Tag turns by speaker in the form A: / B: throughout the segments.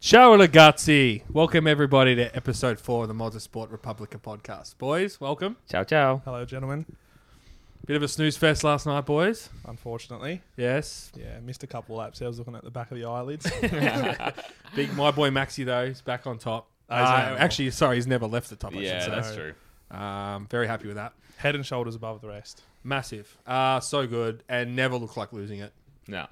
A: Ciao ragazzi. Welcome everybody to episode four of the Motorsport Republica podcast. Boys, welcome.
B: Ciao, ciao.
C: Hello, gentlemen.
A: Bit of a snooze fest last night, boys.
C: Unfortunately,
A: Yes.
C: yeah, missed a couple laps. I was looking at the back of the eyelids.
A: Big my boy Maxi though, he's back on top.
C: Oh, he's
A: Uh,
C: an animal.
A: actually, sorry, he's never left the top. I should
B: Ah, Yeah,
A: say.
B: that's
C: So-
B: true.
A: Um, very happy with that.
C: Head and shoulders above the rest.
A: Massive. Uh, so good, and never looked like losing it.
B: No.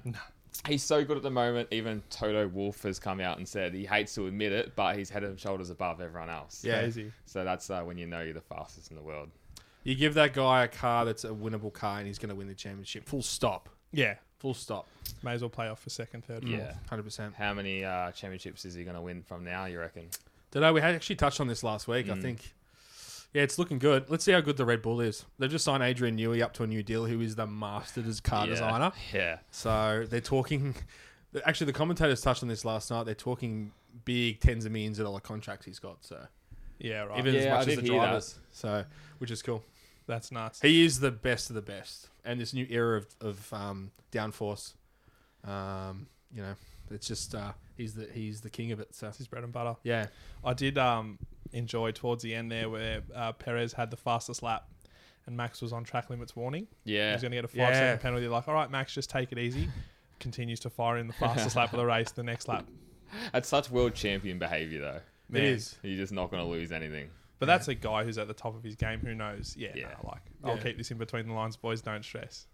B: He's so good at the moment. Even Toto Wolf has come out and said he hates to admit it, but he's head and shoulders above everyone else.
A: Yeah.
C: Crazy.
B: So that's uh, when you know you're the fastest in the world.
A: You give that guy a car that's a winnable car, and he's going to win the championship. Full stop.
C: Yeah,
A: Full stop.
C: may as well play off for second, third, fourth.
B: Yeah.
A: Hundred percent.
B: How many uh, championships is he going to win from now, you reckon?
A: Don't know. We had actually touched on this last week.
C: Hmm.
A: I think. Yeah, it's looking good. Let's see how good the Red Bull is. They've just signed Adrian Newey up to a new deal, who is the Masters car
B: yeah.
A: designer.
B: Yeah.
A: So they're talking. Actually, the commentators touched on this last night. They're talking big tens of millions of dollar contracts he's got. So
C: Yeah, right.
A: even as
B: Yeah, I
A: much as
B: did
A: the
B: hear that.
A: drivers. So which is cool.
C: That's nuts.
A: He is the best of the best, and this new era of, of um, downforce, um, you know, it's just uh, he's the he's the king of it. So
C: That's his bread and butter.
A: yeah,
C: I did um, enjoy towards the end there where uh, Perez had the fastest lap and Max was on track limits warning. He
B: Yeah.
C: was going to get a five
A: Yeah.
C: second penalty. Like, all right, Max, just take it easy. Continues to fire in the fastest lap of the race the next lap.
B: That's such world champion behavior, though.
C: Man.
A: it is.
B: You're just not going to lose anything.
C: But that's a guy who's at the top of his game who knows, yeah,
B: Yeah.
C: nah, like, I'll
A: Yeah.
C: keep this in between the lines, boys, don't stress.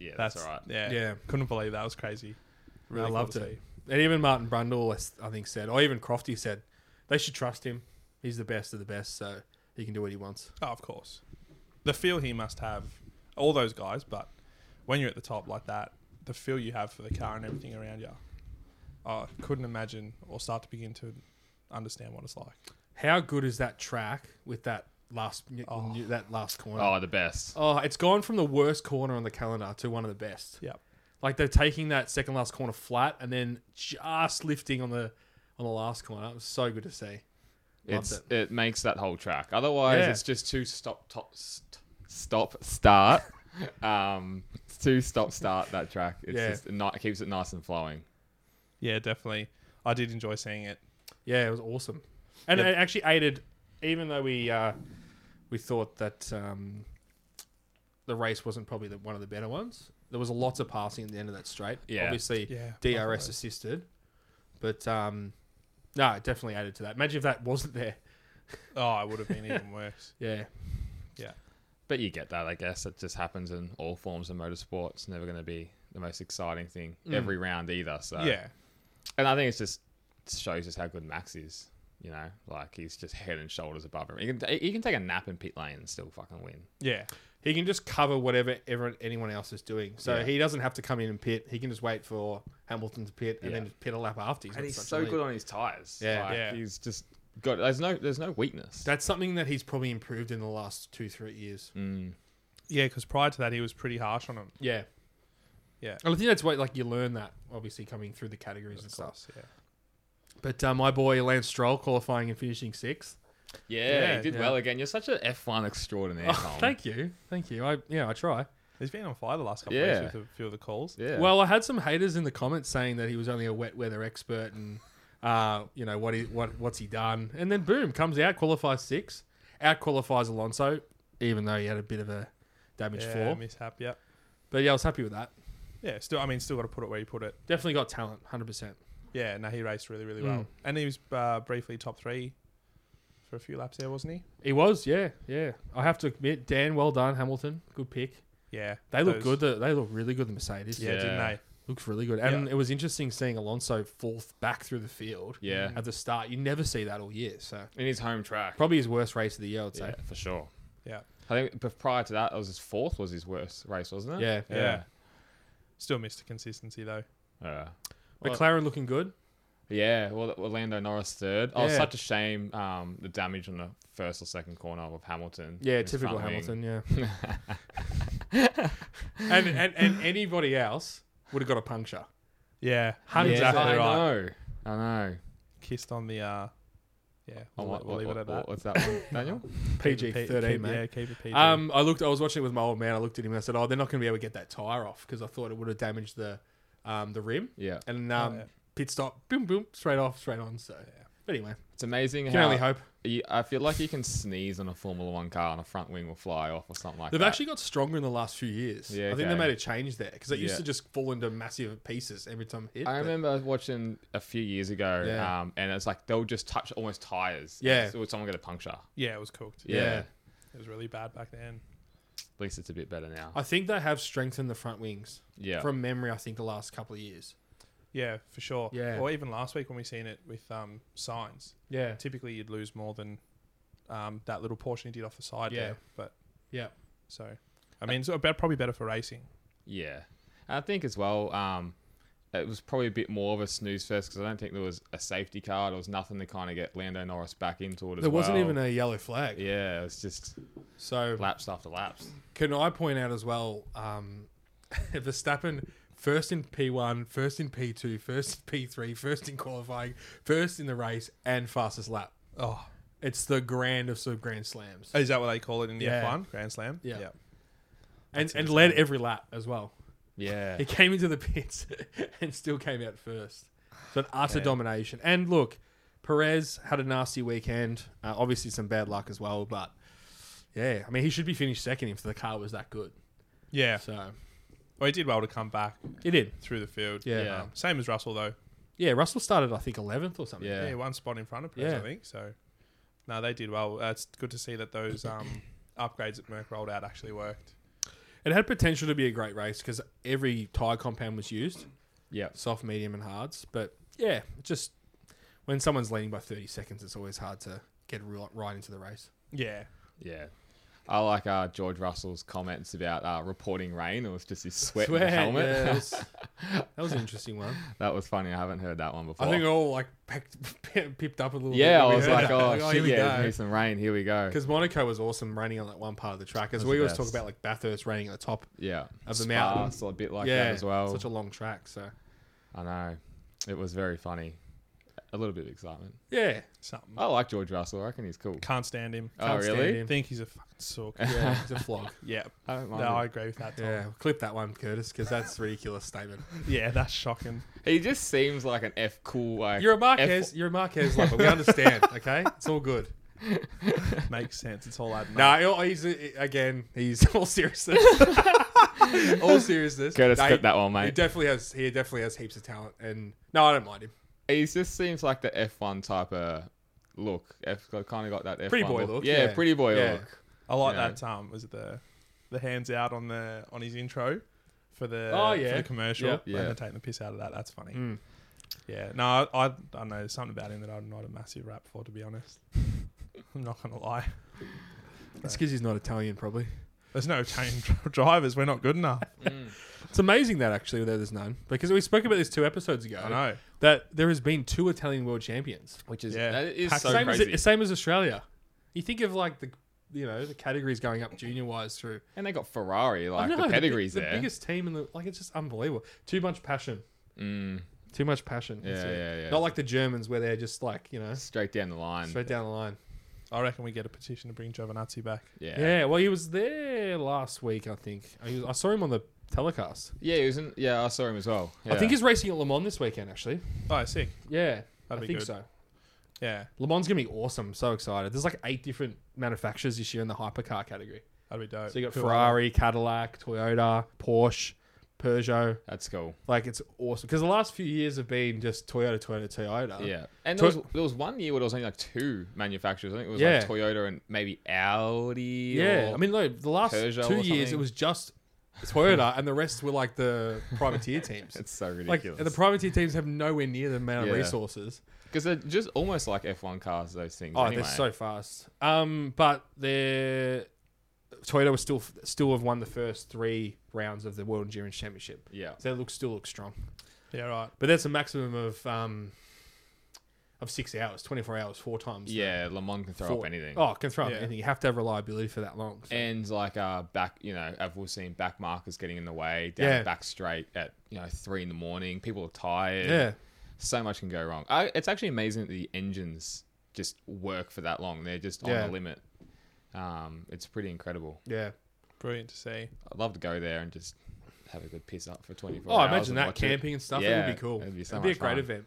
B: Yeah,
C: That's,
B: that's, all right.
C: Yeah.
A: Yeah.
C: Couldn't believe that. It was crazy.
A: Really
C: cool
A: loved
C: to
A: it. And even Martin Brundle, I s- I think, said, or even Crofty said, they should trust him. He's the best of the best, so he can do what he wants.
C: Oh, of course. The feel he must have, all those guys, but when you're at the top like that, the feel you have for the car and everything around you, I couldn't imagine or start to begin to understand what it's like.
A: How good is that track with that last
C: Oh.
A: that last corner?
B: Oh, the best.
A: Oh, it's gone from the worst corner on the calendar to one of the best.
C: Yep.
A: Like they're taking that second last corner flat and then just lifting on the on the last corner. It was so good to see. Loved
B: It's, it. makes that whole track. Otherwise,
A: Yeah.
B: it's just two stop, top, st- stop, start. um, it's two stop, start that track. It's
A: Yeah.
B: just ni- it keeps it nice and flowing.
C: Yeah, definitely. I did enjoy seeing it.
A: Yeah, it was awesome, and
C: Yeah.
A: it actually aided. Even though we uh, we thought that um, the race wasn't probably the, one of the better ones, there was lots of passing at the end of that straight.
B: Yeah.
A: obviously
C: Yeah.
A: DRS assisted, but um, no, it definitely added to that. Imagine if that wasn't there.
C: Oh, it would have been even worse.
A: Yeah,
B: But you get that, I guess. It just happens in all forms of motorsport. It's never going to be the most exciting thing every round either. So
C: Yeah.
B: and I think it's just it shows just how good Max is. You know, like he's just head and shoulders above him. He can, he can take a nap in pit lane and still fucking win.
C: Yeah.
A: he can just cover whatever everyone, anyone else is doing, so
B: Yeah.
A: he doesn't have to come in and pit. He can just wait for Hamilton to pit and
B: Yeah.
A: then pit a lap after. got
B: And he's
A: such a
B: so
A: lead.
B: good on his tires.
A: Yeah.
B: Like,
C: Yeah.
B: He's just got. There's no. There's no weakness.
A: That's something that he's probably improved in the last two, three years.
B: mm.
C: Yeah, because prior to that, he was pretty harsh on him.
A: Yeah.
C: Yeah.
A: And I think that's what like you learn that obviously coming through the categories and
C: Of
A: stuff.
C: course. Yeah.
A: But uh, my boy Lance Stroll qualifying and finishing sixth.
B: Yeah,
C: Yeah,
B: you did
A: yeah.
B: well again. You're such an F1 extraordinaire, Tom.
A: Oh, thank you, thank you. I yeah, I try.
C: He's been on fire the last couple
B: Yeah.
C: of weeks with a few of the calls.
B: Yeah.
A: Well, I had some haters in the comments saying that he was only a wet weather expert and uh, you know what he what what's he done? And then boom, comes out qualifies sixth, out qualifies Alonso, even though he had a bit of a damaged
C: Yeah,
A: floor.
C: mishap. Yep.
A: But yeah, I was happy with that.
C: Yeah, still, I mean, still got to put it where you put it.
A: Definitely got talent, hundred percent.
C: Yeah, no, he raced really, really
A: Mm.
C: well, and he was uh, briefly top three for a few laps there, wasn't he?
A: He was, yeah, yeah. I have to admit, Dan, well done, Hamilton, good pick.
C: Yeah,
A: They look
C: those-
A: good. the- They look really good. The Mercedes.
C: Yeah, didn't
B: Yeah.
C: they?
A: looks really good. And it was interesting seeing Alonso fourth back through the field.
B: Yeah.
A: at the start, you never see that all year. So
B: in his home track.
A: Mm. probably his worst race of the year, I'd
B: Yeah,
A: say.
B: for sure.
C: Yeah,
B: I think but prior to that, it was his fourth was his worst race, wasn't it?
A: Yeah,
C: Yeah. still missed the consistency though.
B: Yeah. Uh, Well-
A: McLaren looking good.
B: yeah. Well, Orlando Norris third. Oh,
A: Yeah.
B: such a shame. Um, the damage on the first or second corner of Hamilton.
A: Yeah,
B: His
A: typical
B: front wing.
A: Hamilton. Yeah. and, and and anybody else would have got a puncture.
C: Yeah,
A: Hundred
B: Yeah,
A: Exactly
B: I
C: exactly right.
B: know. I know.
C: Kissed on the. uh Yeah,
A: Oh,
C: we'll,
B: What-
C: we'll
B: what-
C: leave it
B: what-
C: at that.
B: What's that one, Daniel?
C: Keep
A: PG
C: it P-
A: thirteen,
C: keep- Yeah,
A: mate.
C: keep it PG.
A: Um, I looked. I was watching it with my old man. I looked at him and I said, "Oh, they're not going to be able to get that tire off because I thought it would have damaged the, um, the rim."
B: Yeah.
A: And
C: Oh,
A: um,
C: yeah.
A: pit stop, boom, boom, straight off, straight on. So, but anyway,
B: It's amazing
A: can
B: how
A: only hope.
B: you, I feel like you can sneeze on a Formula One car and a front wing will fly off or something like
A: They've
B: that.
A: actually got stronger in the last few years.
B: Yeah,
A: I think they
B: okay.
A: made a change there because it used
B: Yeah.
A: to just fall into massive pieces every time it hit.
B: I
A: but-
B: remember watching a few years ago,
A: Yeah.
B: um, and it's like they'll just touch almost tires.
A: Yeah.
B: so would someone get a puncture?
C: Yeah, it was cooked.
A: Yeah.
C: It was really bad back then.
B: At least it's a bit better now.
A: I think they have strengthened the front wings
B: yeah.
A: from memory. I think the last couple of years.
C: Yeah, for sure.
A: Yeah.
C: Or even last week when we seen it with um, signs.
A: Yeah,
C: Typically, you'd lose more than um, that little portion you did off the side
A: Yeah.
C: there. But
A: yeah, Uh,
C: so, I mean, it's about probably better for racing.
B: Yeah, and I think as well, um, it was probably a bit more of a snooze fest because I don't think there was a safety car. There was nothing to kind of get Lando Norris back into it. As
A: there wasn't
B: well.
A: even a yellow flag.
B: Yeah, it was just
A: So
B: laps after laps.
A: Can I point out as well, um, Verstappen first in P1, first in P2, first in P3, first in qualifying, first in the race, and fastest lap.
C: Oh,
A: It's the grand of sub grand slams,
C: is that what they call it in the
A: Yeah.
C: F1 Grand Slam?
A: Yeah.
C: yeah.
A: and and led every lap as well.
B: Yeah,
A: He came into the pits and still came out first. So an utter
C: Yeah.
A: domination. And look, Perez had a nasty weekend. Uh, obviously some bad luck as well, but yeah, I mean he should be finished second if the car was that good.
C: Yeah.
A: So
C: Well, he did well to come back
A: he did.
C: through the field.
A: Yeah.
B: Yeah.
C: Um, same as Russell though.
A: Yeah, Russell started I think eleventh or something.
B: yeah,
C: Yeah, one spot in front of Perez,
A: Yeah.
C: I think. So, no, they did well. Uh, it's good to see that those um, upgrades that Merck rolled out actually worked.
A: It had potential to be a great race because every tire compound was used
B: yeah.
A: soft, medium, and hards. But yeah, just when someone's leading by 30 seconds, it's always hard to get ri- right into the race.
C: Yeah.
B: yeah. I like uh, George Russell's comments about uh, reporting rain. It was just his sweat, in
A: Sweat,
B: the helmet.
A: yeah, that was- that was an interesting one.
B: that was funny. I haven't heard that one before.
A: I think we all like packed, pipped up a little bit.
B: yeah,
A: when
B: I
A: we
B: was
A: heard
B: like,
A: that.
B: oh,
A: here
B: shit,
A: we
B: yeah,
A: go.
B: need some rain. Here we go.
A: Because Monaco was awesome raining on that one part of the track. As
B: was
A: we
B: the
A: always talk
B: best.
A: about like Bathurst raining at the top
B: Yeah,
A: of the
B: Spa,
A: mountain.
B: so a bit like
A: yeah,
B: that as well.
A: Such a long track. So
B: I know. It was very funny. A little bit of excitement.
A: yeah,
C: Something.
B: I like George Russell. I reckon he's cool.
C: Can't stand him.
B: Oh,
A: Can't stand
B: really?
A: Uh, him.
C: think he's a fucking sook.
A: yeah, it's a flog.
C: yeah.
B: I don't
C: No,
B: mind
C: I
B: him.
C: agree with that. Tom.
A: Yeah, clip that one, Curtis, because that's a ridiculous statement.
C: Yeah, that's shocking.
B: He just seems like an F cool. Like,
A: You're a Marquez. you're a Marquez lover. We understand. Okay, it's all good.
C: Makes sense. It's all adding up.
A: Nah, he'll- he's again. He's all seriousness. all seriousness.
B: Curtis
A: Nah,
B: got that one,
A: He
B: mate.
A: definitely has. He definitely has heaps of talent. And no, I don't mind him.
B: He just seems like the F1 type of look. F kind of got that F1
A: Pretty boy look,
B: Yeah,
A: yeah.
B: pretty boy
A: Yeah.
B: look.
C: I like
B: Yeah.
C: that. Um, was it the the hands out on the on his intro for the
A: Oh,
C: for
A: yeah.
C: the commercial?
A: Yep. Mm.
B: Yeah.
C: And they're taking the piss out of that. That's funny.
B: Hmm.
C: Yeah. No, I, I I don't know. There's something about him that I'm not a massive rap for, to be honest. I'm not gonna lie.
A: It's because he's not Italian, probably.
C: There's no Italian dri- drivers. We're not good enough.
B: Mm.
A: It's amazing that actually there there's none because we spoke about this two episodes ago.
C: I know.
A: that there has been two Italian world champions.
B: Which is
C: Yeah.
B: that is
C: Pack-
B: so
A: same
B: crazy.
A: as same as Australia. You think of like the you know the categories going up junior wise through
B: and they got Ferrari. Like
A: I know,
B: the pedigrees
A: the, bi-
B: there.
A: The biggest team in the like it's just unbelievable. Too much passion.
B: Mm,
A: Too much passion.
B: yeah,
A: That's
B: yeah,
A: it.
B: yeah,
A: Not like the Germans where they're just like you know
B: straight down the line.
A: straight down the line.
C: I reckon we get a petition to bring Giovanazzi back.
B: yeah.
A: Yeah. well, he was there last week. I think I, was, I saw him on the telecast.
B: Yeah, he was in, yeah, I saw him as well. Yeah.
A: I think he's racing at Le Mans this weekend. Actually,
C: Oh, sick.
A: yeah,
C: That'd
A: I
C: be
A: think
C: good.
A: so.
C: Yeah,
A: Le Mans gonna be awesome. So excited. There's like eight different manufacturers this year in the hypercar category.
C: that'd be dope.
A: So you got
C: Cool.
A: Ferrari, Cadillac, Toyota, Porsche, Peugeot.
B: that's cool.
A: Like it's awesome because the last few years have been just Toyota, Toyota, Toyota.
B: Yeah, and
A: Uh, Toy-
B: there was, there was one year where there was only like two manufacturers. I think it was
A: Yeah.
B: like Toyota and maybe Audi.
A: Yeah,
B: or-
A: I mean, like the last
B: Peugeot
A: two
B: or
A: years, it
B: something.
A: was just Toyota, and the rest were like the privateer teams.
B: it's so
A: like
B: ridiculous.
A: the privateer teams have nowhere near the amount of
B: Yeah.
A: resources.
B: because they're just almost like F1 cars. Those things.
A: Oh,
B: anyway.
A: they're so fast. Um, but they're Toyota was still still have won the first three rounds of the World Endurance Championship,
B: yeah.
A: so they look still look strong.
C: Yeah, right.
A: But that's a maximum of um of six hours, twenty four hours, four times. the-
B: Yeah, Le Mans can throw
A: four-
B: up anything.
A: Oh, can throw up
C: Yeah.
A: anything. You have to have reliability for that long. so-
B: And like uh back, you know, I've all seen back markers getting in the way down
A: Yeah.
B: the back straight at you know three in the morning. People are tired.
A: yeah,
B: so much can go wrong. I, it's actually amazing that the engines just work for that long. They're just on
A: Yeah.
B: the limit. Um, it's pretty incredible.
A: yeah.
C: Brilliant to see.
B: I'd love to go there and just have a good piss up for 24
A: Oh,
B: hours.
A: imagine
B: and
A: that
B: watch it.
A: camping and stuff. that
B: Yeah,
A: would be cool.
B: it'd be so
A: It'd be a
B: much
A: great
B: fun.
A: event.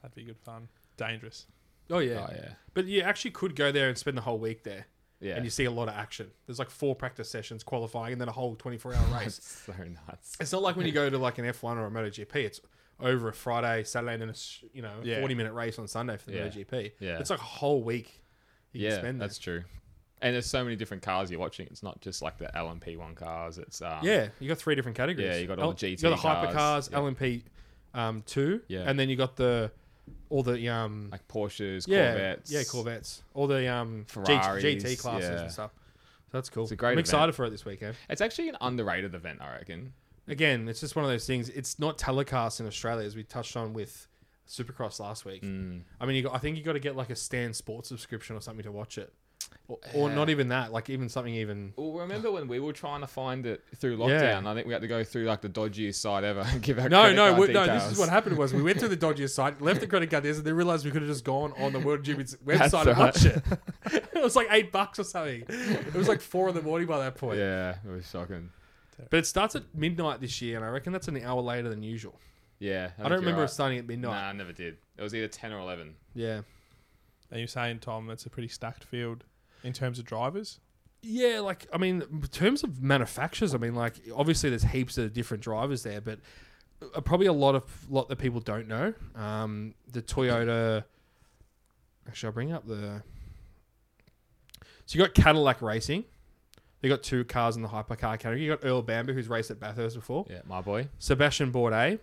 C: That'd be good fun. Dangerous.
A: Oh yeah.
B: Oh, yeah.
A: but you actually could go there and spend the whole week there,
B: Yeah.
A: and you see a lot of action. There's like four practice sessions, qualifying, and then a whole 24 hour race.
B: It's so nuts.
A: It's not like when you go to like an F1 or a MotoGP. It's over a Friday, Saturday, and then a sh- you know a
C: Yeah.
A: 40 minute race on Sunday for the
B: Yeah.
A: MotoGP.
B: Yeah.
A: it's like a whole week. You
B: yeah,
A: can spend there.
B: that's true. And there's so many different cars you're watching. It's not just like the LMP1 cars. It's um,
A: Yeah, you got three different categories.
B: Yeah, you got all the
A: You
B: GT
A: got the hypercars,
B: cars, yeah.
A: LMP um, two,
B: Yeah.
A: and then you got the all the um
B: like Porsches,
A: yeah
B: Corvettes.
A: yeah Corvettes, all the um G-
B: Ferraris,
A: GT classes
B: yeah.
A: and stuff. So that's cool.
B: It's a great
A: I'm
B: event.
A: excited for it this weekend.
B: It's actually an underrated event, I reckon.
A: Again, it's just one of those things. It's not telecast in Australia as we touched on with Supercross last week.
B: Mm.
A: I mean, you got, I think you got to get like a Stan Sports subscription or something to watch it, or, or
B: Yeah.
A: not even that. Like even something even.
B: Well, remember when we were trying to find it through
A: Yeah.
B: lockdown? I think we had to go through like the dodgiest site ever and give our
A: No,
B: credit
A: no,
B: card
A: we, no. This
B: details.
A: is what happened was we went to the dodgiest site, left the credit card there, and then realized we could have just gone on the World Jimmy's
B: That's
A: website and
B: right.
A: watched it. it was like eight bucks or something. It was like four in the morning by that point.
B: Yeah, it was shocking.
A: But it starts at midnight this year, and I reckon that's an hour later than usual.
B: Yeah,
A: I, don't remember it
B: Right.
A: starting at
B: No,
A: midnight.
B: nah, I never did. It was either ten or eleven.
A: Yeah,
C: And you're saying, Tom, it's a pretty stacked field in terms of drivers.
A: yeah. Like I mean, in terms of manufacturers, I mean, like obviously there's heaps of different drivers there, but uh, probably a lot of lot that people don't know. Um, the Toyota. Actually, I'll bring up the. So you got Cadillac Racing. They got two cars in the hypercar category. You got Earl Bamber, who's raced at Bathurst before.
B: Yeah, my boy,
A: Sebastian Bourdais.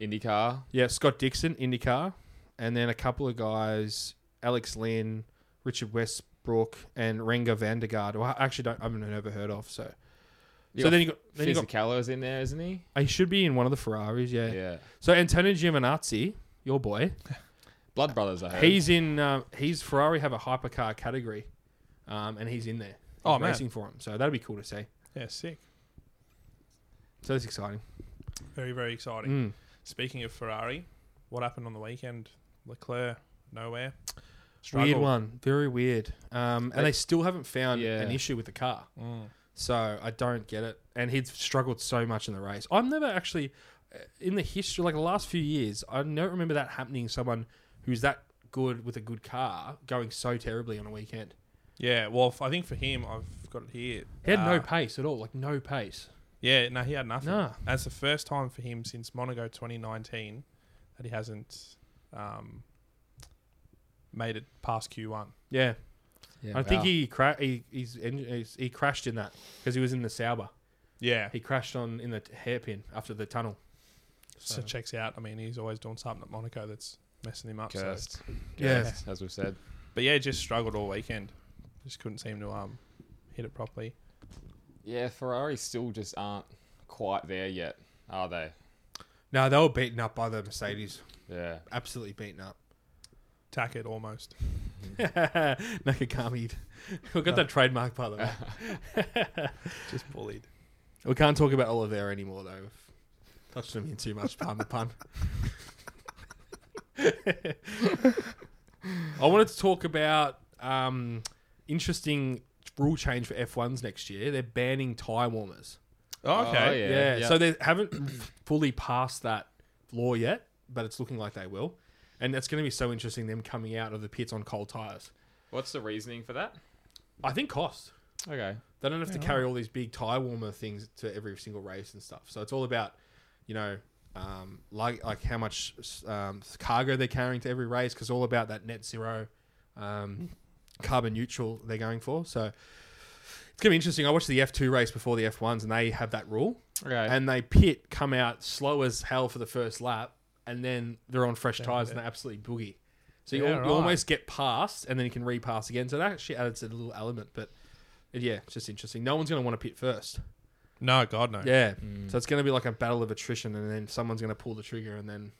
B: IndyCar.
A: Yeah, Scott Dixon, IndyCar, and then a couple of guys, Alex Lynn, Richard Westbrook, and Renga Vandergaard, who I actually don't, I've never heard of. So,
B: You
A: so
B: got
A: then you got, then you got,
B: Fisichella is in there, isn't he?
A: he should be in one of the Ferraris, yeah.
B: Yeah,
A: So Antonio Giovinazzi, your boy,
B: Blood Brothers. I heard.
A: he's in, um, he's Ferrari have a hypercar category, um, and he's in there.
C: Oh,
A: He's
C: man.
A: racing for him, so that'd be cool to see.
C: Yeah, sick.
A: So that's exciting.
C: Very, very exciting.
A: Mm.
C: Speaking of Ferrari, what happened on the weekend? Leclerc, nowhere.
A: Weird
C: Struggled.
A: one, very weird. Um, and they still haven't found
B: Yeah.
A: an issue with the car.
C: Mm.
A: So I don't get it. And he'd struggled so much in the race. I've never actually, uh, in the history, like the last few years, I don't remember that happening. Someone who's that good with a good car going so terribly on a weekend.
C: Yeah, well, f- I think for him, I've got it here.
A: He had no
C: Uh,
A: pace at all, like no pace.
C: Yeah, no, he had nothing.
A: Nah.
C: That's the first time for him since Monaco 2019 that he hasn't um, made it past Q1.
A: Yeah,
B: Yeah,
A: I think
B: wow.
A: he cra- he he's, he's, he crashed in that because he was in the Sauber.
C: Yeah,
A: He crashed on in the t- hairpin after the tunnel.
C: so checks out. I mean, he's always doing something at Monaco that's messing him up. So.
B: cursed.
A: Yeah.
B: Cursed, as we've said.
C: But yeah, just struggled all weekend. Just couldn't seem to um hit it properly.
B: Yeah, Ferrari still just aren't quite there yet, are they?
A: No, they were beaten up by the Mercedes.
B: Yeah.
A: Absolutely beaten up.
C: Tack it almost.
A: Nakagami. We got that trademark by the way.
C: Just bullied.
A: We can't talk about Oliveira anymore, though. We've touched him in too much, pardon the pun. I wanted to talk about um, interesting rule change for F1s next year. They're banning tie warmers.
C: Oh, okay.
B: Oh, yeah.
A: Yeah, so they haven't fully passed that law yet, but it's looking like they will. And that's going to be so interesting, them coming out of the pits on cold tyres.
B: What's the reasoning for that?
A: I think cost.
B: Okay.
A: They don't have to
C: Yeah,
A: carry all these big tie warmer things to every single race and stuff. So it's all about, you know, um, like like how much um, cargo they're carrying to every race because all about that net zero, um, carbon neutral they're going for. So it's gonna be interesting. I watched the F two race before the F ones, and they have that rule,
B: Okay.
A: and they pit come out slow as hell for the first lap, and then they're on fresh
C: Yeah,
A: tires
C: yeah.
A: and they absolutely boogie. So you,
C: Yeah,
A: al-
C: right.
A: you almost get past, and then you can repass again. So that actually adds a little element, but yeah, it's just interesting. No one's going to want to pit first.
C: No, God no. Yeah.
A: Yeah, so it's going to be like a battle of attrition, and then someone's going to pull the trigger, and then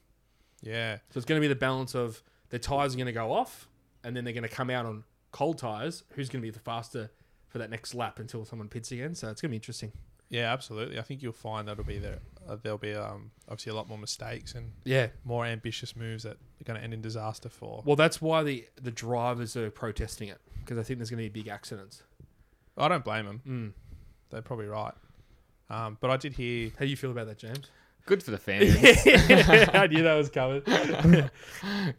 A: so it's going to be the balance of the tires are going to go off, and then they're going to come out on cold tires. Who's going to be the faster for that next lap until someone pits again? So it's going to be interesting.
C: Yeah, absolutely. I think you'll find that'll be there. Uh, there'll be um obviously a lot more mistakes and
A: Yeah.
C: more ambitious moves that are going to end in disaster for.
A: Well, that's why the the drivers are protesting it because I think there's going to be big accidents.
C: I don't blame them.
A: Mm.
C: They're probably right. Um, but I did hear
A: How do you feel about that, James?
B: Good for the fans.
A: I knew that was coming.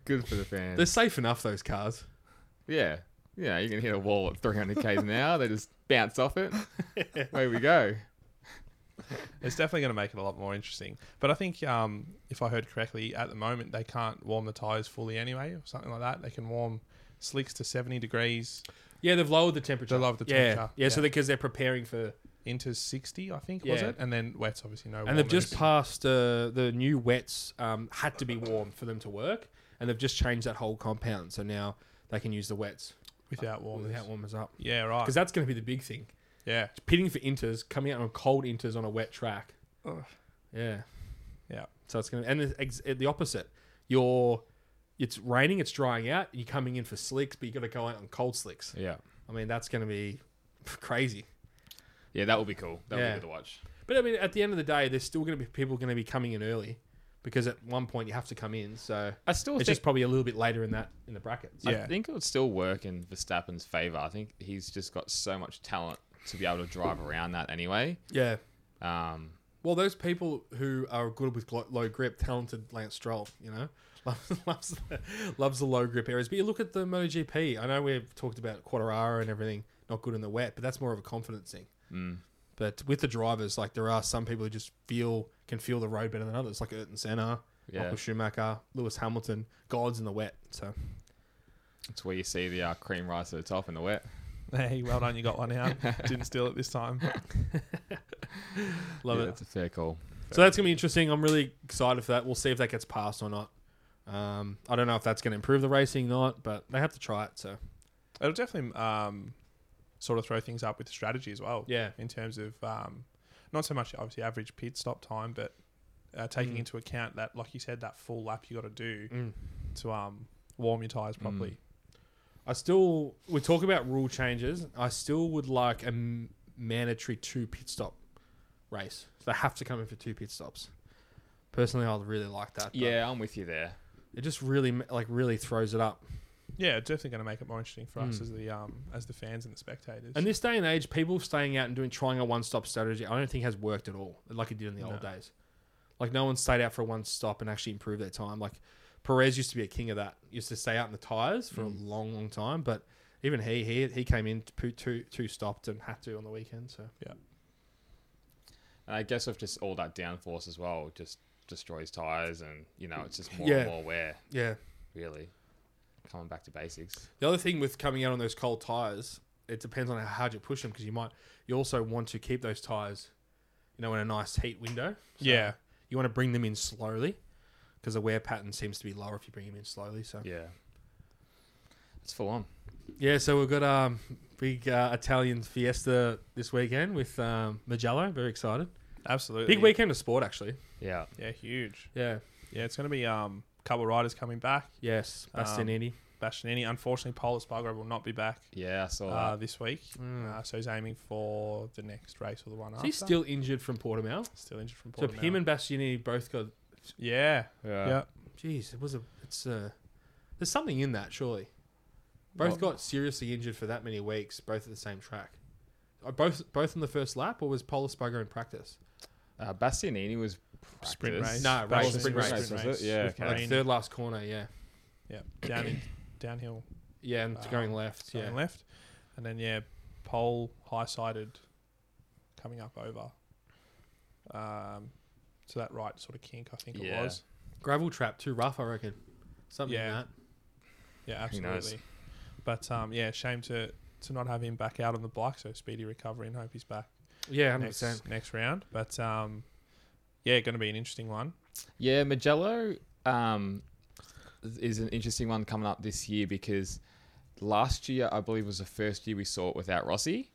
B: Good for the fans.
A: They're safe enough, those cars.
B: yeah. Yeah, you can hit a wall at 300 k's an hour. They just bounce off it. Away we go.
C: It's definitely going to make it a lot more interesting. But I think, um, if I heard correctly, at the moment they can't warm the tyres fully anyway, or something like that. They can warm slicks to 70 degrees
A: Yeah, they've lowered the temperature.
C: They lowered the
A: Yeah,
C: temperature,
A: yeah, so
C: yeah.
A: because they're preparing for,
C: into 60, I think, was
A: Yeah.
C: it? And then wet's obviously no
A: and they've
C: warmer
A: just
C: than-
A: passed uh, the new wets um, had to be warm for them to work, and they've just changed that whole compound. So now they can use the wets
C: without warmers.
A: without warmers up
C: Yeah, right.
A: because that's going to be the big thing.
C: Yeah.
A: Pitting for inters, coming out on cold inters on a wet track.
C: Ugh.
A: Yeah,
C: Yeah.
A: So it's going to and it's ex- eh, the opposite. You're it's raining, it's drying out. You're coming in for slicks, but you got to go out on cold slicks.
B: Yeah.
A: I mean, that's going to be crazy.
B: Yeah, that would be cool. That would
A: Yeah.
B: be good to watch.
A: But I mean, at the end of the day, there's still going to be people going to be coming in early because at one point you have to come in. So
B: I still
A: it's
B: think
A: just probably a little bit later in that in the bracket. So
C: Yeah.
B: I think it would still work in Verstappen's favor. I think he's just got so much talent to be able to drive around that anyway.
A: yeah.
B: Um,
A: Well, those people who are good with glo- low grip, talented Lance Stroll, you know, loves loves the, loves the low grip areas. But you look at the MotoGP. I know we've talked about Quartararo and everything, not good in the wet, but that's more of a confidence thing.
B: mm.
A: But with the drivers, like there are some people who just feel can feel the road better than others, like Ayrton Senna,
B: Yeah.
A: Michael Schumacher, Lewis Hamilton, gods in the wet. So
B: It's where you see the uh, cream rise to the top in the wet.
C: Hey, well done. You got one out. Didn't steal it this time.
A: love
B: Yeah,
A: it.
B: That's a fair call.
A: So that's gonna be interesting. I'm really excited for that. We'll see if that gets passed or not. Um, I don't know if that's gonna improve the racing or not, but they have to try it. So
C: It'll definitely um, sort of throw things up with strategy as well.
A: yeah,
C: in terms of um, not so much obviously average pit stop time, but uh, taking
A: Mm.
C: into account that, like you said, that full lap you got to do
A: Mm.
C: to um, warm your tires properly.
A: I still we talk about rule changes. I still would like a m- mandatory two pit stop race. So they have to come in for two pit stops. Personally, I'd really like that. but
B: Yeah, I'm with you there.
A: it just really m- like really throws it up.
C: Yeah, it's definitely going to make it more interesting for us
A: Mm.
C: as the um, as the fans and the spectators.
A: And this day and age, people staying out and doing trying a one stop strategy, I don't think has worked at all, like it did in the old
C: No.
A: days. Like no one stayed out for one stop and actually improved their time. Like Perez used to be a king of that. Used to stay out in the tires for a long, long time. But even he, he he came in two, two, two stopped and had to on the weekend. So
B: And I guess with just all that downforce as well, it just destroys tires, and you know, it's just more
A: Yeah.
B: and more wear.
A: yeah.
B: Really, coming back to basics.
A: The other thing with coming out on those cold tires, it depends on how hard you push them because you might you also want to keep those tires, you know, in a nice heat window. So
C: yeah,
A: You want to bring them in slowly because the wear pattern seems to be lower if you bring them in slowly. So
B: Yeah, it's full on.
A: Yeah, so we've got um big uh, Italian fiesta this weekend with um, Magello. Very excited.
C: absolutely.
A: Big weekend of sport, actually.
B: Yeah,
C: Yeah, huge.
A: Yeah.
C: Yeah, it's going to be um, a couple of riders coming back.
A: Yes.
C: Um,
A: Bastianini.
C: Bastianini, unfortunately, Paul Espargaro will not be back
B: yeah, I saw
C: uh,
B: that.
C: this week,
A: Oh, Mm.
C: uh, so he's aiming for the next race or the one
A: Is
C: after.
A: he still injured from Portimao?
C: still injured from
A: So
C: Portimao.
A: him and Bastianini both got.
C: yeah,
B: Yeah,
C: yeah.
A: Jeez, it was a. It's a. There's something in that, surely. Both
C: What?
A: got seriously injured for that many weeks, both at the same track. Are both both in the first lap, or was Paul Espargaro in practice?
B: Uh, Bastianini was
C: Sprint
B: practice.
C: race.
A: No,
C: That
A: race,
C: was
A: sprint
C: the
A: race.
B: was it? Yeah,
C: with
B: okay.
A: Like
C: Marini.
A: third last corner, yeah,
C: Yeah, down in, downhill,
A: yeah, and it's going
C: Um,
A: left,
C: going
A: yeah.
C: left, and then yeah, pole high sided, coming up over. Um, so that right sort of kink, I think
B: Yeah.
C: it was.
A: Gravel trap, too rough, I reckon. Something
C: Yeah.
A: like that.
C: Yeah,
B: Who knows?
C: absolutely. But um, yeah, shame to to not have him back out on the bike. So speedy recovery and hope he's back
A: Yeah, hundred percent.
C: next, next round. But um, yeah, going to be an interesting one.
B: Yeah, Magello um, is an interesting one coming up this year because last year I believe was the first year we saw it without Rossi,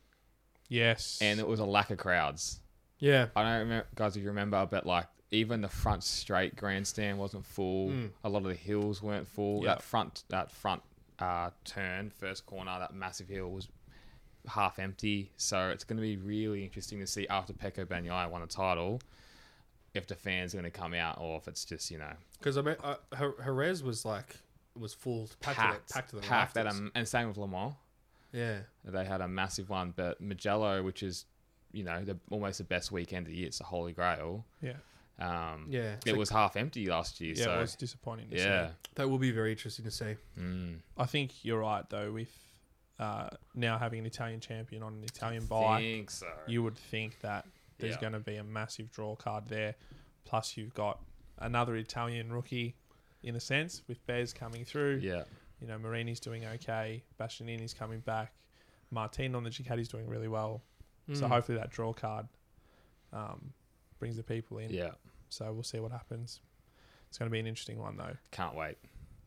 C: Yes,
B: and it was a lack of crowds.
A: Yeah,
B: I don't remember, guys, if you remember, but like even the front straight grandstand wasn't full.
A: Mm.
B: A lot of the hills weren't full.
C: Yeah.
B: That front that front uh, turn, first corner, that massive hill was half empty. So it's going to be really interesting to see after Pecco Bagnaia won the title if the fans are going to come out or if it's just you know
A: because I mean, uh, Her- Jerez was like was full packed, to,
B: packed,
A: the, packed to the
B: packed at
A: rafters.
B: a, and same with Le Mans.
A: yeah,
B: They had a massive one, but Magello, which is you know the almost the best weekend of the year. It's the Holy Grail.
C: Yeah,
B: Um,
A: Yeah.
B: it was half empty last year.
C: yeah,
B: so
C: it was disappointing. To see.
B: yeah,
A: That will be very interesting to see.
B: Mm.
C: I think you're right though. With uh, now having an Italian champion on an Italian bike,
B: think so.
C: you would think that there's
B: Yeah.
C: going to be a massive draw card there. Plus, you've got another Italian rookie, in a sense, with Bez coming through.
B: yeah,
C: You know, Marini's doing okay. Bastianini's coming back. Martin on the Ducati's doing really well. So
B: Hmm.
A: Mm.
C: hopefully that draw card um, brings the people in.
B: yeah,
C: So we'll see what happens. It's going to be an interesting one though.
B: can't wait.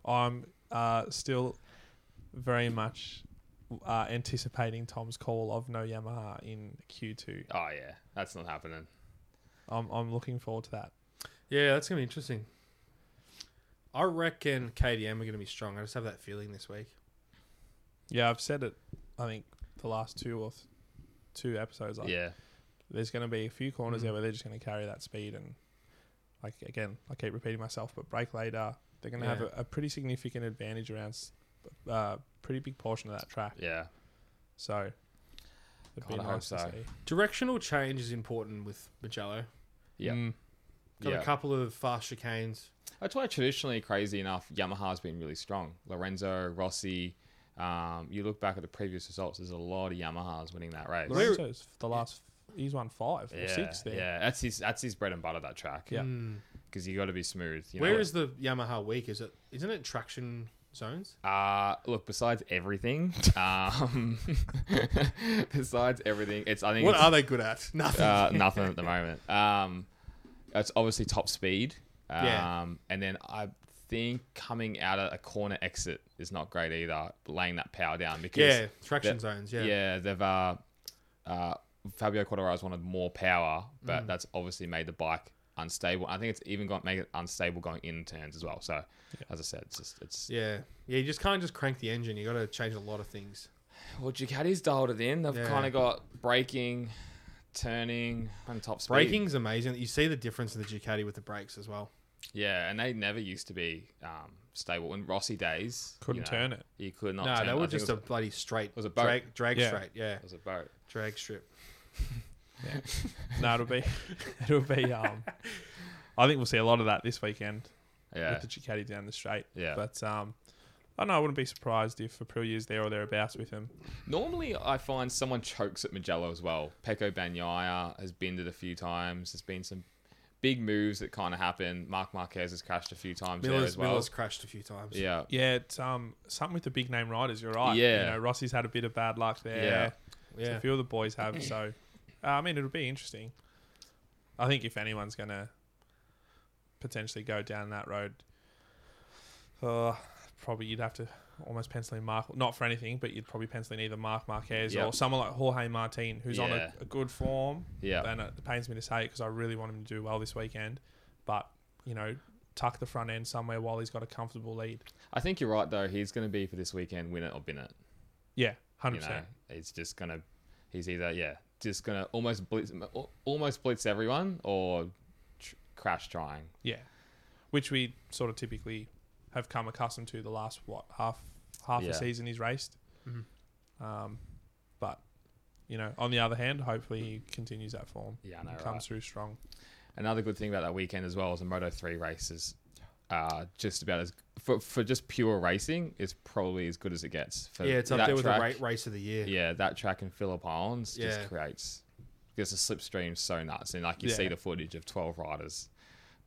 C: I'm uh, still very much uh, anticipating Tom's call of no Yamaha in Q2.
B: Oh yeah, that's not happening.
C: I'm, I'm looking forward to that.
A: Yeah, that's gonna be interesting. I reckon KDM are gonna be strong. I just have that feeling this week.
C: Yeah, I've said it. I think the last two or th- two episodes. Like,
B: yeah,
C: There's going to be a few corners
A: Mhm.
C: there where they're just going to carry that speed and, like again, I keep repeating myself, but brake later. They're going to have
A: Yeah.
C: a, a pretty significant advantage around s- uh, pretty big portion of that track.
B: yeah,
C: So it'd be
B: God, I hope
C: nice to
B: so.
C: see.
A: Directional change is important with Magello.
B: Yeah.
C: Mm,
A: Got
B: yeah.
A: a couple of fast chicanes.
B: That's why traditionally, crazy enough, Yamaha's been really strong. Lorenzo Rossi. Um, you look back at the previous results. There's a lot of Yamahas winning that race.
A: Where-
C: Lorenzo's the last. He's won five
B: yeah,
C: or six there.
B: yeah, that's his that's his bread and butter that track.
C: Yeah.
A: Mm.
B: because you got to be smooth. You
A: Where
B: know?
A: is the Yamaha weak? Is it isn't it traction zones?
B: Uh, look, besides everything, um, besides everything, it's I think
A: What
B: it's,
A: are they good at? Nothing.
B: uh, nothing at the moment. Um, it's obviously top speed. Um,
A: Yeah.
B: and then I think coming out of a corner exit is not great either, laying that power down because
A: yeah, traction
B: that-
A: zones.
B: yeah,
A: Yeah.
B: they've uh, uh, Fabio Quartararo's wanted more power,
A: Mm.
B: but that's obviously made the bike unstable. I think it's even got made it unstable going in turns as well. So, as I said, it's just it's
A: yeah, yeah. You just can't just crank the engine. You got to change a lot of things.
B: Well, Ducati's dialed it in. They've
A: Yeah.
B: kind of got braking, turning, and top speed.
A: Braking's amazing. You see the difference in the Ducati with the brakes as well.
B: Yeah, and they never used to be um, stable. In Rossi days, you
C: Couldn't
B: know,
C: turn it.
B: You could not.
A: no,
B: turn.
A: they
B: I
A: were
B: think
A: just
B: it
A: a bloody straight.
B: was a boat.
A: drag, drag
C: Yeah.
A: straight? Yeah,
B: was, it was a boat.
A: drag strip.
C: No, it'll be it'll be. Um, I think we'll see a lot of that this weekend
B: Yeah,
C: with the Ducati down the straight.
B: yeah.
C: But um, I don't know. I wouldn't be surprised if Aprilia's there or thereabouts with him.
B: Normally, I find someone chokes at Magello as well. Pecco Bagnaia has been it a few times. There's been some big moves that kind of happen. Mark Marquez has crashed a few times there
A: Miller's,
B: as well.
A: Miller's crashed a few times.
B: yeah,
C: Yeah, it's um something with the big name riders. You're right.
B: Yeah.
C: You know, Rossi's had a bit of bad luck there.
B: Yeah.
A: yeah.
C: A few of the boys have. So, uh, I mean, it'll be interesting. I think if anyone's going to potentially go down that road, uh, probably you'd have to almost pencil in Mark. Not for anything, but you'd probably pencil in either Mark Marquez
B: Yeah.
C: or someone like Jorge Martin, who's on
B: Yeah.
C: a, a good form.
B: yeah.
C: And it pains me to say it because I really want him to do well this weekend. But, you know, tuck the front end somewhere while he's got a comfortable lead.
B: I think you're right though. He's going to be for this weekend, win it or bin it.
C: Yeah, 100%.
B: you know, it's just gonna, he's either yeah, just gonna almost blitz, al- almost blitz everyone or tr- crash trying.
C: Yeah, which we sort of typically have come accustomed to the last what half half
B: Yeah.
C: a season he's raced.
A: Mhm.
C: Um, but you know, on the other hand, hopefully he continues that form,
B: Yeah, I know.
C: and
B: Right?
C: comes through strong.
B: Another good thing about that weekend as well is the Moto Three races. Uh, just about as for, for just pure racing is probably as good as it gets. For
A: Yeah, it's up there with
B: track,
A: the rate race of the year.
B: Yeah, that track in Phillip Islands
A: Yeah.
B: just creates because the slipstream's so nuts, and like you
C: Yeah.
B: see the footage of twelve riders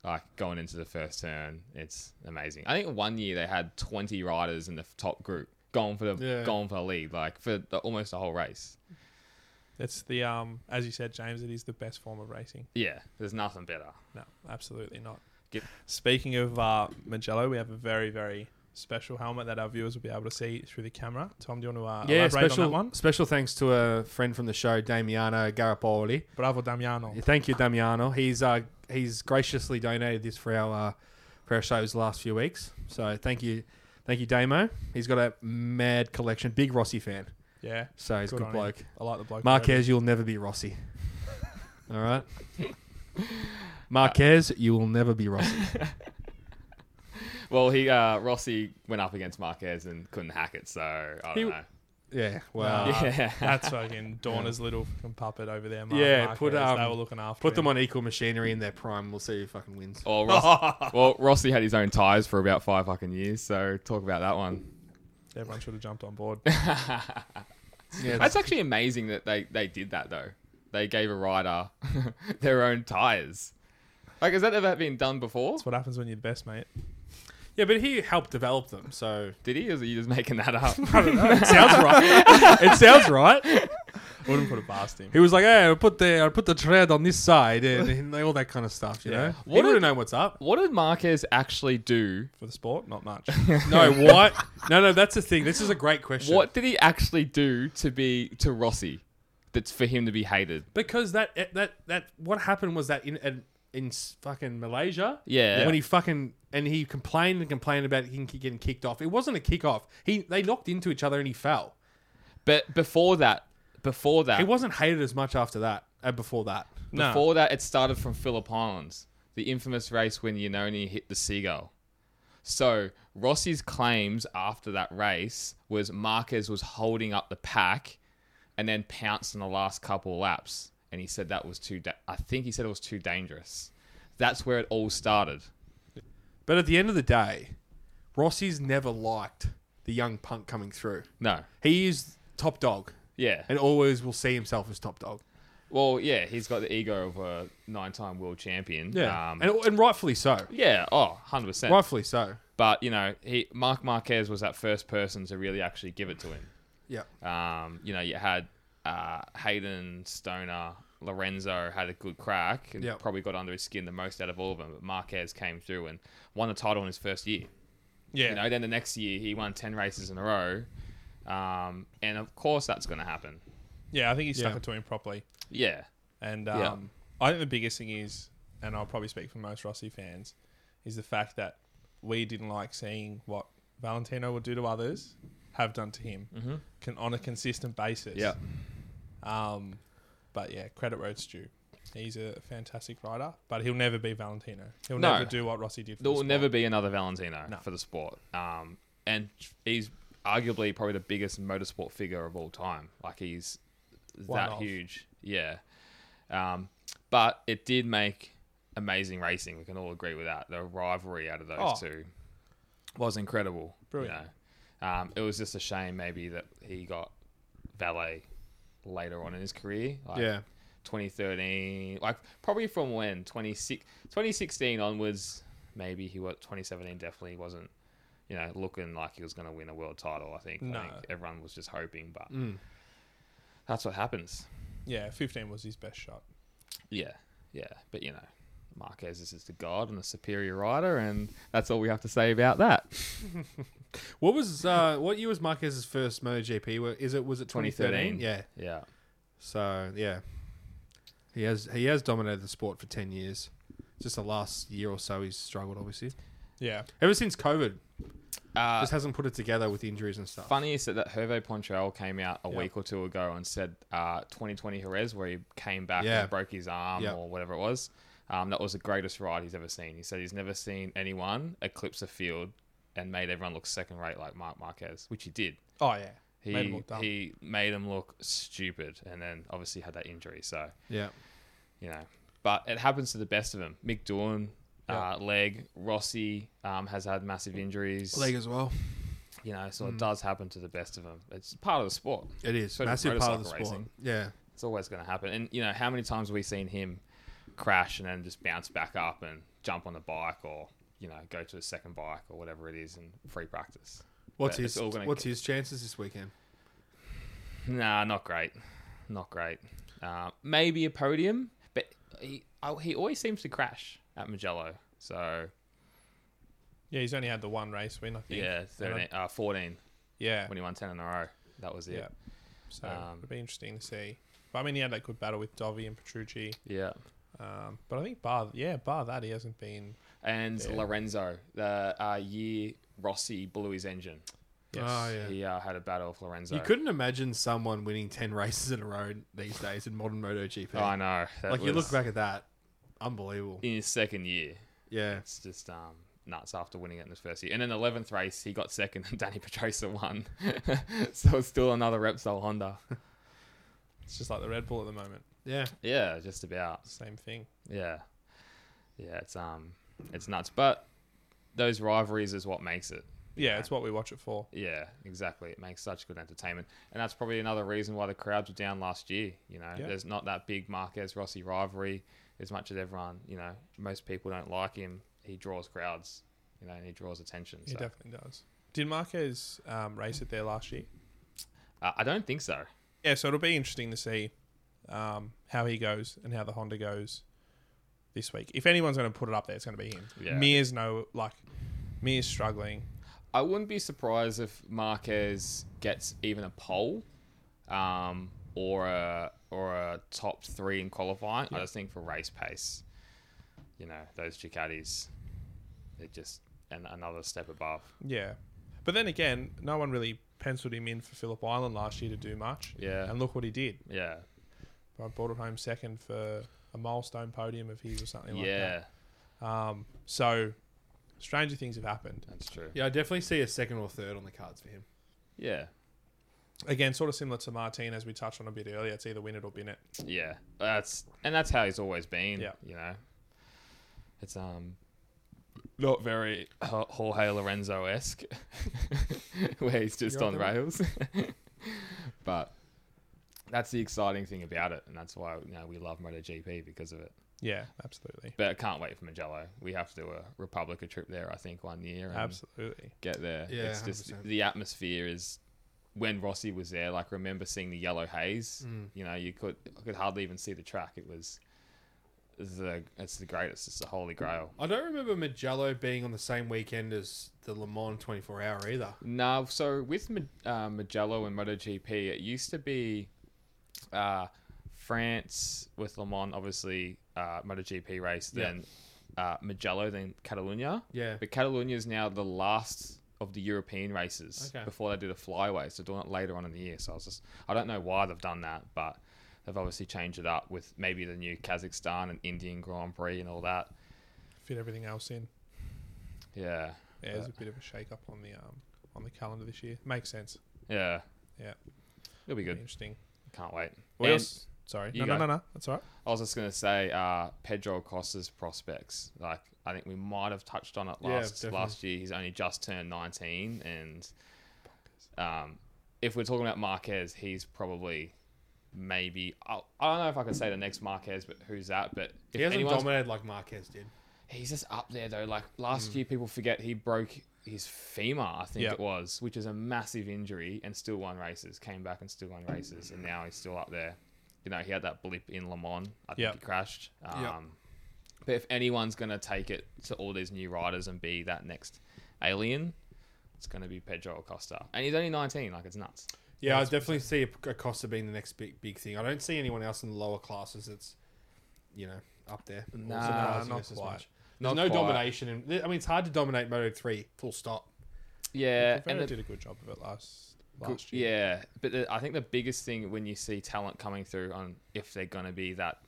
B: like going into the first turn. It's amazing. I think one year they had twenty riders in the f- top group going for the
A: Yeah.
B: going for the lead, like for the, almost the whole race.
C: It's the um, as you said, James, it is the best form of racing.
B: Yeah, there's nothing better.
C: No, absolutely not.
B: Get-
C: Speaking of uh, Magello, we have a very very special helmet that our viewers will be able to see through the camera. Tom, do you want to uh,
A: Yeah,
C: elaborate on
A: special
C: that one?
A: special thanks to a friend from the show, Damiano Garapoli.
C: Bravo, Damiano.
A: Thank you, Damiano. He's uh, he's graciously donated this for our uh, for our shows the last few weeks. So thank you, thank you, Damo. He's got a mad collection. Big Rossi fan,
C: Yeah,
A: so he's
C: Good
A: a
C: on
A: good
C: him.
A: bloke.
C: I like the bloke.
A: Marquez, you'll never be Rossi. All right. Marquez, you will never be Rossi.
B: Well, he uh, Rossi went up against Marquez and couldn't hack it, so I don't
A: He-
B: know.
A: Yeah, well,
C: Nah.
B: yeah.
C: That's fucking Dorna's little fucking puppet over there, Mark
A: Yeah, put,
C: Marquez. they
A: um,
C: were looking after
A: put them
C: him.
A: on equal machinery in their prime. We'll see who fucking wins.
B: Or Ross, well, Rossi had his own tires for about five fucking years, so talk about that one.
C: Everyone should have jumped on board.
A: Yeah,
B: That's actually amazing that they, they did that though. They gave a rider their own tires. Like, has that ever been done before?
C: That's what happens when you're the best, mate.
A: yeah, but he helped develop them, so
B: Did he, or are you just making that up?
A: I don't know. It sounds right. it sounds right.
C: I wouldn't put it past him.
A: He was like, "Hey, I put the I put the tread on this side and, and all that kind of stuff." You
C: Yeah.
A: know,
B: What
A: he would
B: did-
A: have known what's up.
B: what did Marquez actually do?
C: For the sport, not much.
A: No, what? No, no, that's the thing. This is a great question.
B: What did he actually do to be to Rossi? That's for him to be hated.
A: Because that eh, that that what happened was that in in, in s- fucking Malaysia,
B: Yeah.
A: when he fucking and he complained and complained about him ki- getting kicked off. It wasn't a kick off. He they knocked into each other and he fell.
B: But before that, before that,
A: He wasn't hated as much after that. Uh, before that,
C: No.
B: Before that, it started from Phillip Islands, the infamous race when Yanoni hit the seagull. So Rossi's claims after that race was Marquez was holding up the pack, and then pounced in the last couple of laps, and he said that was too. Da- I think he said it was too dangerous. That's where it all started.
A: but at the end of the day, Rossi's never liked the young punk coming through.
B: No,
A: He is top dog
B: yeah,
A: and always will see himself as top dog.
B: well, yeah, he's got the ego of a nine-time world champion. um,
A: and, and rightfully so.
B: yeah, oh, 100 percent.
A: Rightfully so.
B: But you know, he Mark Marquez was that first person to really actually give it to him.
A: Yeah.
B: Um, you know, you had uh, Hayden, Stoner, Lorenzo had a good crack and
A: Yep.
B: probably got under his skin the most out of all of them. But Marquez came through and won the title in his first year.
C: Yeah.
B: You know, then the next year he won 10 races in a row. Um, and of course that's going to happen.
C: yeah, I think he stuck
A: Yeah.
C: it to him properly.
B: Yeah.
C: And um,
B: Yeah.
C: I think the biggest thing is, and I'll probably speak for most Rossi fans, is the fact that we didn't like seeing what Valentino would do to others, have done to him, can, on a consistent basis.
B: Mm-hmm. Yeah.
C: Um, but yeah, credit where it's due. He's a fantastic rider, but he'll never be Valentino. He'll
B: No.
C: never do what Rossi did. For
B: There
C: the
B: will
C: sport.
B: never be another Valentino
C: No.
B: for the sport. Um, and he's arguably probably the biggest motorsport figure of all time. Like he's
C: One
B: that
C: of.
B: huge. Yeah. Um, but it did make amazing racing. We can all agree with that. The rivalry out of those
C: Oh.
B: two was incredible. you
C: Brilliant.
B: know. Um, it was just a shame maybe that he got valet later on in his career. Like,
A: yeah.
B: 2013, like probably from when 26, 2016 onwards, maybe he was 2017 definitely wasn't, you know, looking like he was going to win a world title. I think.
C: No.
B: I think everyone was just hoping, but
A: Mm.
B: that's what happens.
C: Yeah, 15 was his best shot.
B: Yeah, yeah, but you know, Marquez is just a god and a superior rider, and that's all we have to say about that.
A: What was uh, what year was Marquez's first MotoGP? Wa- Is it was it 2013?
B: 2013.
A: Yeah.
B: Yeah,
A: So yeah, he has he has dominated the sport for 10 years. Just the last year or so, he's struggled obviously.
C: Yeah.
A: Ever since COVID,
B: uh,
A: just hasn't put it together with injuries and stuff.
B: Funny is that, that Hervé Pontrell came out a
A: Yeah.
B: week or two ago and said uh, 2020 Jerez, where he came back
A: Yeah.
B: and broke his arm
A: Yeah.
B: or whatever it was. Um, that was the greatest ride he's ever seen. He said he's never seen anyone eclipse a field and made everyone look second rate like Mark Marquez, which he did.
C: Oh, yeah.
B: He
C: Made him look dumb.
B: he made him look stupid, and then obviously had that injury. So
A: Yeah.
B: you know. But it happens to the best of them. Mick Doohan,
C: Yeah.
B: uh, leg. Rossi um, has had massive injuries.
A: League as well.
B: You know, so
C: Mm.
B: it does happen to the best of them. It's part of the sport.
A: It is
B: So does
A: massive part of the sport.
B: motorcycle racing.
A: Yeah.
B: It's always going to happen. And you know, how many times have we seen him crash and then just bounce back up and jump on the bike or you know go to a second bike or whatever it is in free practice?
A: What's
B: But
A: his
B: it's all gonna
A: What's his chances this weekend?
B: Nah, not great, not great. Uh, maybe a podium, but he oh, he always seems to crash at Magello. So
C: Yeah, he's only had the one race win, I think.
B: yeah, 13, uh, fourteen
C: Yeah.
B: when he won ten in a row. That was
C: Yeah.
B: it.
C: So
B: Um,
C: it'd be interesting to see. But I mean, he had that good battle with Dovi and Petrucci.
B: Yeah,
C: Um, but I think bar, yeah, bar that he hasn't been.
B: and
C: Yeah.
B: Lorenzo, the uh, year Rossi blew his engine.
C: Yes.
A: Oh yeah.
B: He uh, had a battle with Lorenzo.
A: You couldn't imagine someone winning ten races in a row these days in modern MotoGP.
B: Oh, I know. That
A: like you
B: was-
A: look back at that, unbelievable.
B: in his second year.
A: Yeah,
B: It's just um nuts after winning it in his first year. And then eleventh race, he got second, and Danny Petrosa won. so it's still another Repsol Honda.
C: It's just like the Red Bull at the moment.
A: Yeah.
B: Yeah, just about.
C: Same thing.
B: Yeah, yeah, it's um, it's nuts. But those rivalries is what makes it.
C: Yeah, it's what we watch it for.
B: Yeah, exactly. It makes such good entertainment, and that's probably another reason why the crowds were down last year. You know,
C: Yeah.
B: there's not that big Marquez Rossi rivalry as much as everyone. You know, most people don't like him. He draws crowds. You know, and he draws attention.
C: He
B: So.
C: definitely does. Did Marquez um, race it there last year?
B: Uh, I don't think so.
C: Yeah, so it'll be interesting to see um, how he goes and how the Honda goes this week. If anyone's going to put it up there, it's going to be him.
B: Yeah.
C: Mears no like Mears struggling.
B: I wouldn't be surprised if Marquez gets even a pole, um, or a or a top three in qualifying. I just think for race pace, you know, those Ducatis, they're just an, another step above.
C: Yeah, but then again, no one really penciled him in for Phillip Island last year to do much.
B: Yeah.
C: and look what he did.
B: Yeah,
C: I brought it home second for a milestone podium of his or something like
B: yeah,
C: that. Um, so stranger things have happened.
B: that's true.
A: Yeah, I definitely see a second or third on the cards for him.
B: Yeah,
C: Again, sort of similar to Martin as we touched on a bit earlier. It's either win it or bin it.
B: yeah. That's and that's how he's always been.
C: Yeah.
B: you know, it's um. Not very Jo- Jorge Lorenzo esque, where he's just
A: You're on
B: on
A: the right-
B: rails. but that's the exciting thing about it, and that's why you know we love MotoGP because of it.
C: Yeah, absolutely,
B: But I can't wait for Magello. We have to do a Republica trip there, I think, one year. And
C: absolutely.
B: get there.
A: Yeah,
B: it's just
A: 100%.
B: the atmosphere is when Rossi was there. Like remember seeing the yellow haze.
A: Mm.
B: You know, you could I could hardly even see the track. It was the it's the greatest. It's the holy grail.
A: I don't remember Magello being on the same weekend as the Le Mans 24 hour either.
B: No, so with Ma- uh, Magello and MotoGP, it used to be uh, France with Le Mans, obviously uh, MotoGP race,
A: Yeah.
B: then uh, Magello, then Catalunya.
A: Yeah.
B: But Catalunya is now the last of the European races
A: Okay.
B: before they do the flyway, so doing it later on in the year. So I was just, I don't know why they've done that, but they've obviously changed it up with maybe the new Kazakhstan and Indian Grand Prix and all that.
C: Fit everything else in.
B: Yeah,
C: Yeah, there's a bit of a shake up on the um on the calendar this year. Makes sense.
B: yeah,
C: Yeah,
B: it'll be good.
C: interesting.
B: Can't wait.
C: What
B: And-
C: else? Sorry,
B: you
C: no, no,
B: go.
C: no, no. That's all right.
B: I was just gonna say uh, Pedro Costa's prospects. Like I think we might have touched on it
A: Yeah,
B: last
A: definitely.
B: last year. He's only just turned nineteen, and um, if we're talking about Marquez, he's probably maybe I, I don't know if I could say the next Marquez, but who's that? But if
A: He hasn't
B: anyone's-
A: dominated like Marquez did.
B: he's just up there though. Like last year, people forget he broke his femur, I think
C: Yeah.
B: it was, which is a massive injury, and still won races. Came back and still won races, and now he's still up there. You know, he had that blip in Le Mans. I think
C: Yeah.
B: he crashed. Um,
A: Yeah.
B: But if anyone's gonna take it to all these new riders and be that next alien, it's gonna be Pedro Acosta, and he's only nineteen. Like it's nuts.
A: Yeah, I definitely see a- Acosta being the next big big thing. I don't see anyone else in the lower classes that's, you know, up there. or
B: Nah,
A: surprising
C: not
A: us as
C: quite.
A: much. There's
B: Not
A: no
B: quite.
A: domination. In, I mean, it's hard to dominate Moto three. Full stop.
B: Yeah,
C: Ferrero
B: the-
C: did a good job of it last
B: Go-
C: last year.
B: Yeah, but the, I think the biggest thing when you see talent coming through on if they're going to be that,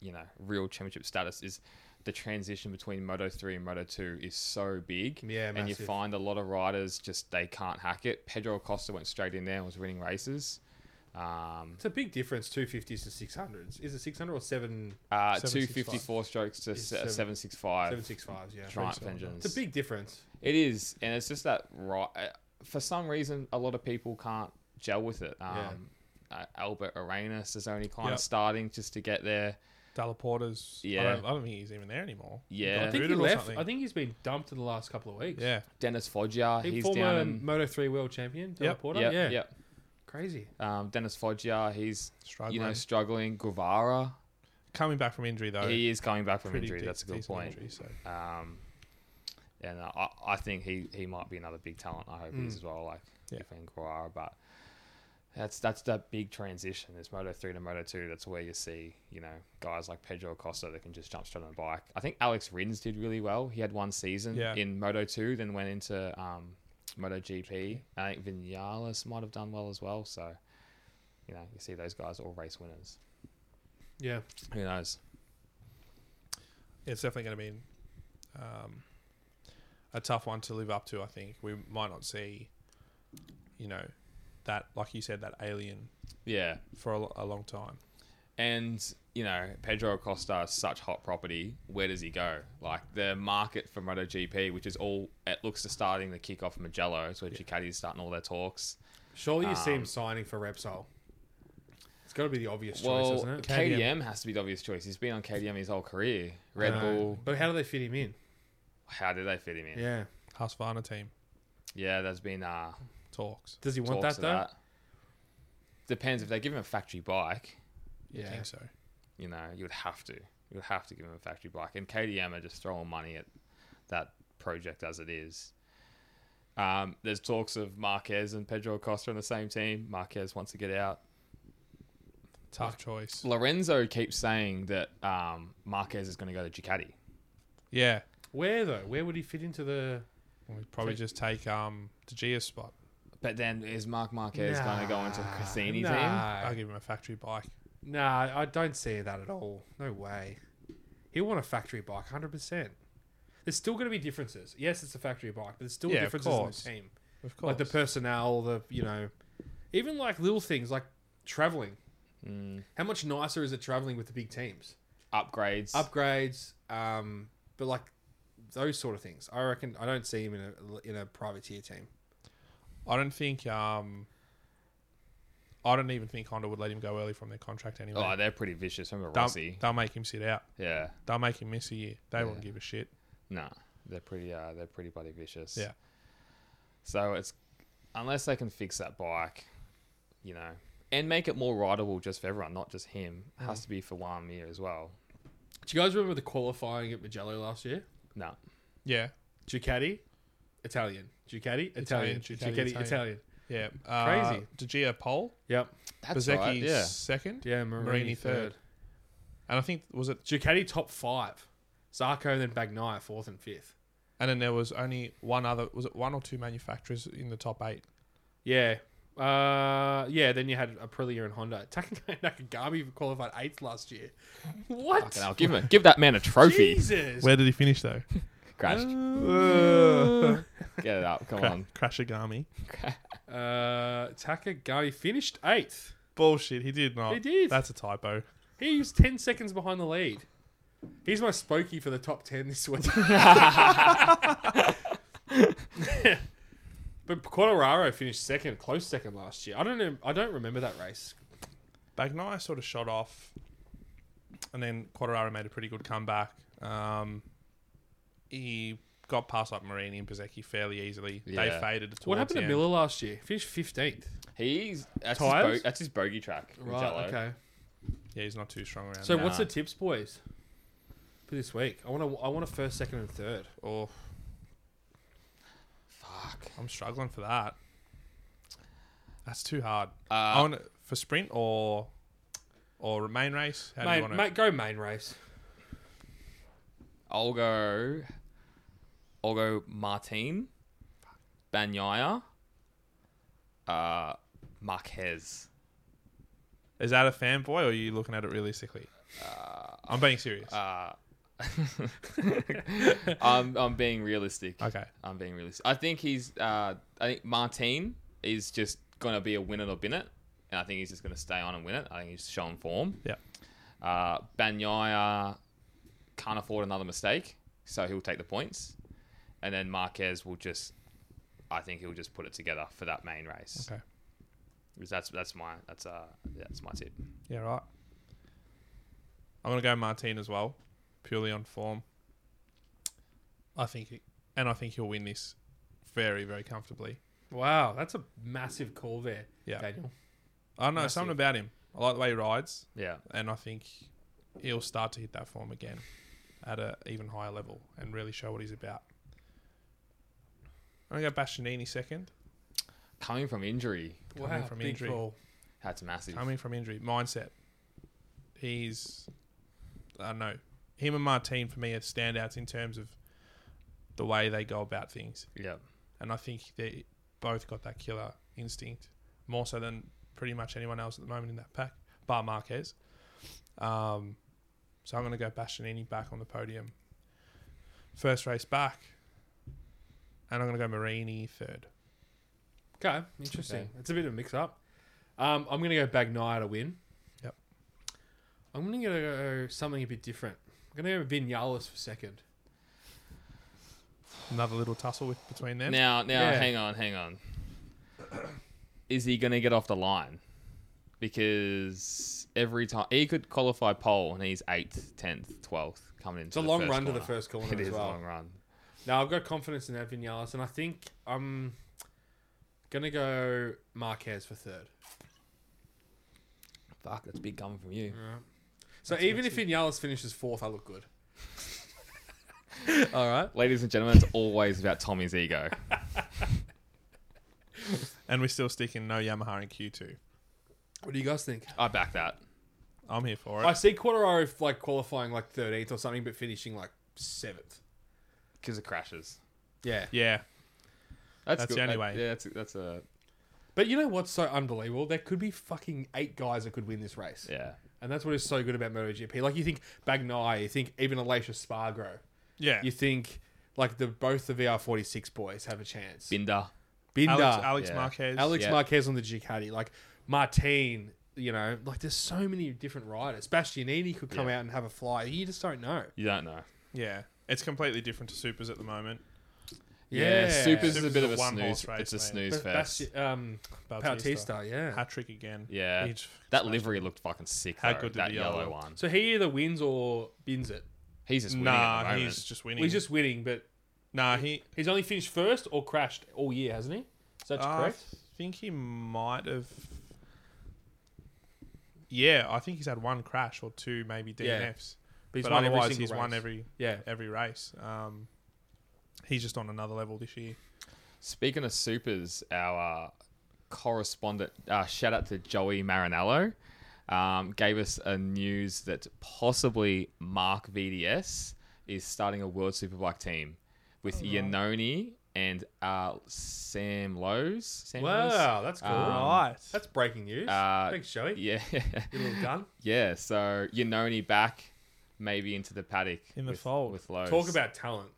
B: you know, real championship status is the transition between Moto 3 and Moto 2 is so big.
A: Yeah,
B: And you
A: massive.
B: find a lot of riders just they can't hack it. Pedro Acosta went straight in there and was winning races. Um,
A: It's a big difference. Two fifties to six hundreds. Is it six hundred or seven
B: uh,
C: 765.
B: 254 strokes to
A: It's
B: se-
A: seven-
B: 765
A: seven six fives? Yeah,
B: Triumph
C: pretty solid.
B: engines.
A: it's a big difference.
B: It is, and it's just that right. For some reason, a lot of people can't gel with it. Um, uh, Albert Arenas is only kind
C: Yep.
B: of starting just to get there.
C: Dalaporta's. Yeah, I
B: Yeah.
C: don't, I don't think he's even there anymore.
B: Yeah.
A: I think
C: Rooted
A: he
C: or
A: left.
C: something.
A: I think he's been dumped in the last couple of weeks.
C: Yeah,
B: Dennis Foggia,
A: He,
B: he's down
A: former
B: in.
A: Moto three world champion.
C: Yep.
A: Delaporta.
B: Yep,
A: yeah,
B: yep.
A: crazy.
B: Um, Dennis Foggia, he's
C: struggling.
B: you know struggling. Guevara,
C: Coming back from injury though.
B: he is coming back from
C: pretty
B: injury.
C: de-
B: That's a good
C: decent
B: point.
C: injury, so.
B: Um, and uh, I, I think he, he might be another big talent. I hope he is as well, like
C: Mm. Yeah.
B: if and Guevara. But that's that's that big transition. It's Moto three to Moto two. That's where you see you know guys like Pedro Acosta that can just jump straight on a bike. I think Alex Rins did really well. He had one season
C: Yeah.
B: in Moto two, then went into um, Moto GP. I think Vinales might have done well as well. So you know you see those guys are all race winners.
A: Yeah,
B: Who knows?
C: It's definitely going to be um, a tough one to live up to. I think we might not see, you know, that like you said that alien
B: Yeah.
C: for a, lo- a long time.
B: And you know, Pedro Acosta is such hot property. Where does he go? Like the market for MotoGP, which is all it looks to starting to kick off Magello, so Ducati is starting all their talks.
A: Surely you see him
B: Um,
A: signing for Repsol. It's got to be the obvious choice,
B: well,
A: isn't it?
B: KDM. has to be the obvious choice. He's been on KDM his whole career. Red
A: Uh,
B: Bull.
A: But how do they fit him in?
B: How did they fit him in? Yeah,
A: Yeah.
C: Husqvarna team
B: there's been uh,
C: talks.
A: Does he want
B: talks
A: that
B: of
A: though?
B: that. Depends if they give him a factory bike.
C: I
A: Yeah.
C: think so.
B: you know, you would have to. You would have to give him a factory bike. And KDM are just throwing money at that project as it is. Um, there's talks of Marquez and Pedro Acosta on the same team. Marquez wants to get out.
C: Tough choice.
B: Lorenzo keeps saying that um, Marquez is going to go to Ducati.
C: Yeah,
A: Where though? Where would he fit into the?
C: we probably just take um the Gia spot.
B: But then is Mark Marquez going to go into the Cassini team?
A: nah.
C: I'll give him a factory bike.
A: Nah, I don't see that at all. No way. He'll want a factory bike, hundred percent. There's still going to be differences. Yes, it's a factory bike, but there's still
C: Yeah, of
A: differences in the
C: course.
A: team,
C: Of course.
A: like the personnel, the you know, even like little things like traveling.
B: Mm,
A: How much nicer is it traveling with the big teams?
B: upgrades.
A: upgrades, um, but like those sort of things. I reckon I don't see him in a in a privateer team.
C: I don't think um I don't even think Honda would let him go early from their contract anyway.
B: oh, they're pretty vicious. Remember
C: they'll,
B: Rossi?
C: they'll make him sit out.
B: Yeah.
C: They'll make him miss a year. They
B: Yeah.
C: won't give a shit.
B: No, they're pretty. Uh, they're pretty bloody vicious.
C: Yeah.
B: So it's unless they can fix that bike, you know, and make it more rideable just for everyone, not just him. It Has to be for one year as well.
A: Do you guys remember the qualifying at Magello last year?
B: No.
C: Yeah.
A: Ducati, Italian. Ducati, Italian.
C: Italian,
A: Ducati,
C: Ducati,
A: Italian.
C: Italian. Yeah. Uh,
A: Crazy.
C: De Gea pole.
A: Yep.
B: That's
C: Bezecchi
B: right. Yeah.
C: second.
A: Yeah, Marini,
C: Marini
A: third.
C: third. And I think was it
A: Ducati top five. Zarco and then Bagnaia fourth and fifth.
C: and then there was only one other was it one or two manufacturers in the top eight?
A: Yeah. Uh, yeah, then you had Aprilia and Honda. Takagi Nakagami qualified eighth last year. What?
B: Fucking hell, give him. Give that man a trophy.
A: Jesus.
C: Where did he finish though?
B: Crash.
C: Uh,
B: Get it up. Come
C: Cra-
B: on.
C: Crashagami.
A: Uh, Takagami finished eighth.
C: Bullshit, he did not.
A: He did.
C: That's a typo.
A: He was 10 seconds behind the lead. He's my spokey for the top 10 this week. but Quartararo finished second, close second last year. I don't know. I don't remember that race.
C: Bagnaia sort of shot off, and then Quadraro made a pretty good comeback. Um, he got past like Marini and Bezecchi fairly easily.
B: Yeah.
C: They faded towards
A: What happened
C: the
A: to
C: end.
A: Miller last year? Finished 15th.
B: He's that's his,
A: Tires?
B: bo- that's his bogey track.
A: Right,
B: Mugello.
A: okay.
C: Yeah, he's not too strong around.
A: So
C: So,
A: what's
B: Nah.
A: the tips, boys? For this week, I want to. I want a first, second, and third.
C: oh,
B: Fuck.
C: I'm struggling for that. That's too hard. I
B: Uh,
C: want for sprint or or main race. How do you
A: Main,
C: want to?
A: mate, go main race.
B: I'll go. I'll go Martin, Banyaya, uh, Marquez.
C: Is that a fanboy or are you looking at it realistically? I'm being serious.
B: Uh, I'm, I'm being realistic.
C: okay.
B: I'm being realistic. I think he's. Uh, I think Martin is just gonna be a win it or bin it, and I think he's just gonna stay on and win it. I think he's showing form.
C: Yeah.
B: Uh, Banyaya can't afford another mistake, so he'll take the points, and then Marquez will just. I think he'll just put it together for that main race.
C: Okay.
B: Because That's that's my that's uh that's my tip.
C: Yeah, right. I'm gonna go Martin as well, purely on form. I think, he, and I think he'll win this very, very comfortably.
A: Wow, that's a massive call there,
C: Yeah,
A: Daniel.
C: I don't know
A: Massive.
C: something about him. I like the way he rides,
B: Yeah.
C: and I think he'll start to hit that form again at a even higher level and really show what he's about. I'm gonna go Bastianini second,
B: Coming from injury,
C: Coming
A: wow,
C: from
A: big
C: injury.
A: call.
B: that's massive.
C: coming from injury mindset. He's, I don't know, him and Martin for me are standouts in terms of the way they go about things.
B: Yeah.
C: and I think they both got that killer instinct more so than pretty much anyone else at the moment in that pack, bar Marquez. Um, so I'm going to go Bastianini back on the podium. First race back, and I'm going to go Marini third.
A: Okay, interesting.
B: Okay.
A: It's a bit of a mix up. Um, I'm going to go Bagnaya to win.
C: Yep.
A: I'm going to go something a bit different. I'm going to go Vinales for second.
C: Another little tussle with between them.
B: Now, now,
A: Yeah.
B: hang on, hang on. Is he going to get off the line? Because every time he could qualify pole, and he's eighth, tenth, twelfth coming into.
A: It's a
B: the
A: long
B: first
A: run to
B: corner.
A: the first corner
B: It
A: as
B: is
A: well.
B: a long run.
A: Now I've got confidence in that Vinales, and I think I'm going to go Marquez for third.
B: Fuck, that's big coming from you.
A: So even if Vinales finishes fourth, I look good. All right.
B: Ladies and gentlemen, it's always about Tommy's ego.
C: And we're still sticking no Yamaha in Q2.
A: What do you guys think?
B: I back that.
C: I'm here for
A: I
C: it.
A: see Quartaro like qualifying like 13th or something, but finishing like seventh.
B: Because it crashes.
A: Yeah.
C: Yeah.
B: That's,
C: That's
B: good.
C: the only
B: That-
C: way.
B: Yeah, that's that's a
A: But you know what's so unbelievable? There could be fucking eight guys that could win this race.
B: yeah.
A: And that's what is so good about MotoGP. Like you think Bagnai, you think even Alicia Spargo,
C: Yeah.
A: you think like the both the VR46 boys have a chance.
B: Binder.
A: Binder,
C: Alex,
A: Alex,
C: Alex
B: Yeah.
C: Marquez.
B: yeah.
A: Marquez on the Ducati, like Martin, you know, like there's so many different riders. Bastianini could come
B: Yeah.
A: out and have a fly. You just don't know.
B: You don't know.
C: Yeah. It's completely different to supers at the moment.
B: Yeah, supers, is
C: Supers
B: a bit
C: is
B: of
C: a
B: a
C: one-horse
B: snooze. it's
C: race,
B: a
C: mate.
A: But
B: snooze fest.
A: Basti- um,
C: Bautista.
A: Bautista, yeah.
C: Hat trick again.
B: Yeah,
C: Each-
B: that livery looked fucking sick.
C: How
B: though,
C: good did
B: that
C: the
B: yellow,
C: yellow look?
B: one?
A: So he either wins or bins it.
B: He's just winning at the
C: Nah,
B: moment.
C: he's just winning.
A: He's just winning, but
C: nah, he.
A: he's only finished first or crashed all year, hasn't he? Is that
C: I
A: correct?
C: think he might have. Yeah, I think he's had one crash or two, maybe DNFs.
A: Yeah. But he's
C: but
A: won every
C: otherwise,
A: single
C: he's won
A: race.
C: every
A: Yeah.
C: every race. Um, he's just on another level this year.
B: Speaking of supers, our uh, correspondent, uh, shout out to Joey Marinello, um, gave us a news that possibly Mark VDS is starting a World Superbike team
C: Oh,
B: with Iannone and uh, Sam Lowe's. Sam
A: Wow, that's cool.
B: Um,
A: That's breaking news.
B: uh,
A: Thanks, Joey.
B: Yeah.
A: You little gun.
B: yeah, so Iannone back, maybe into the paddock.
C: In the
B: with,
C: fold.
B: With Lowe's.
A: Talk about talent,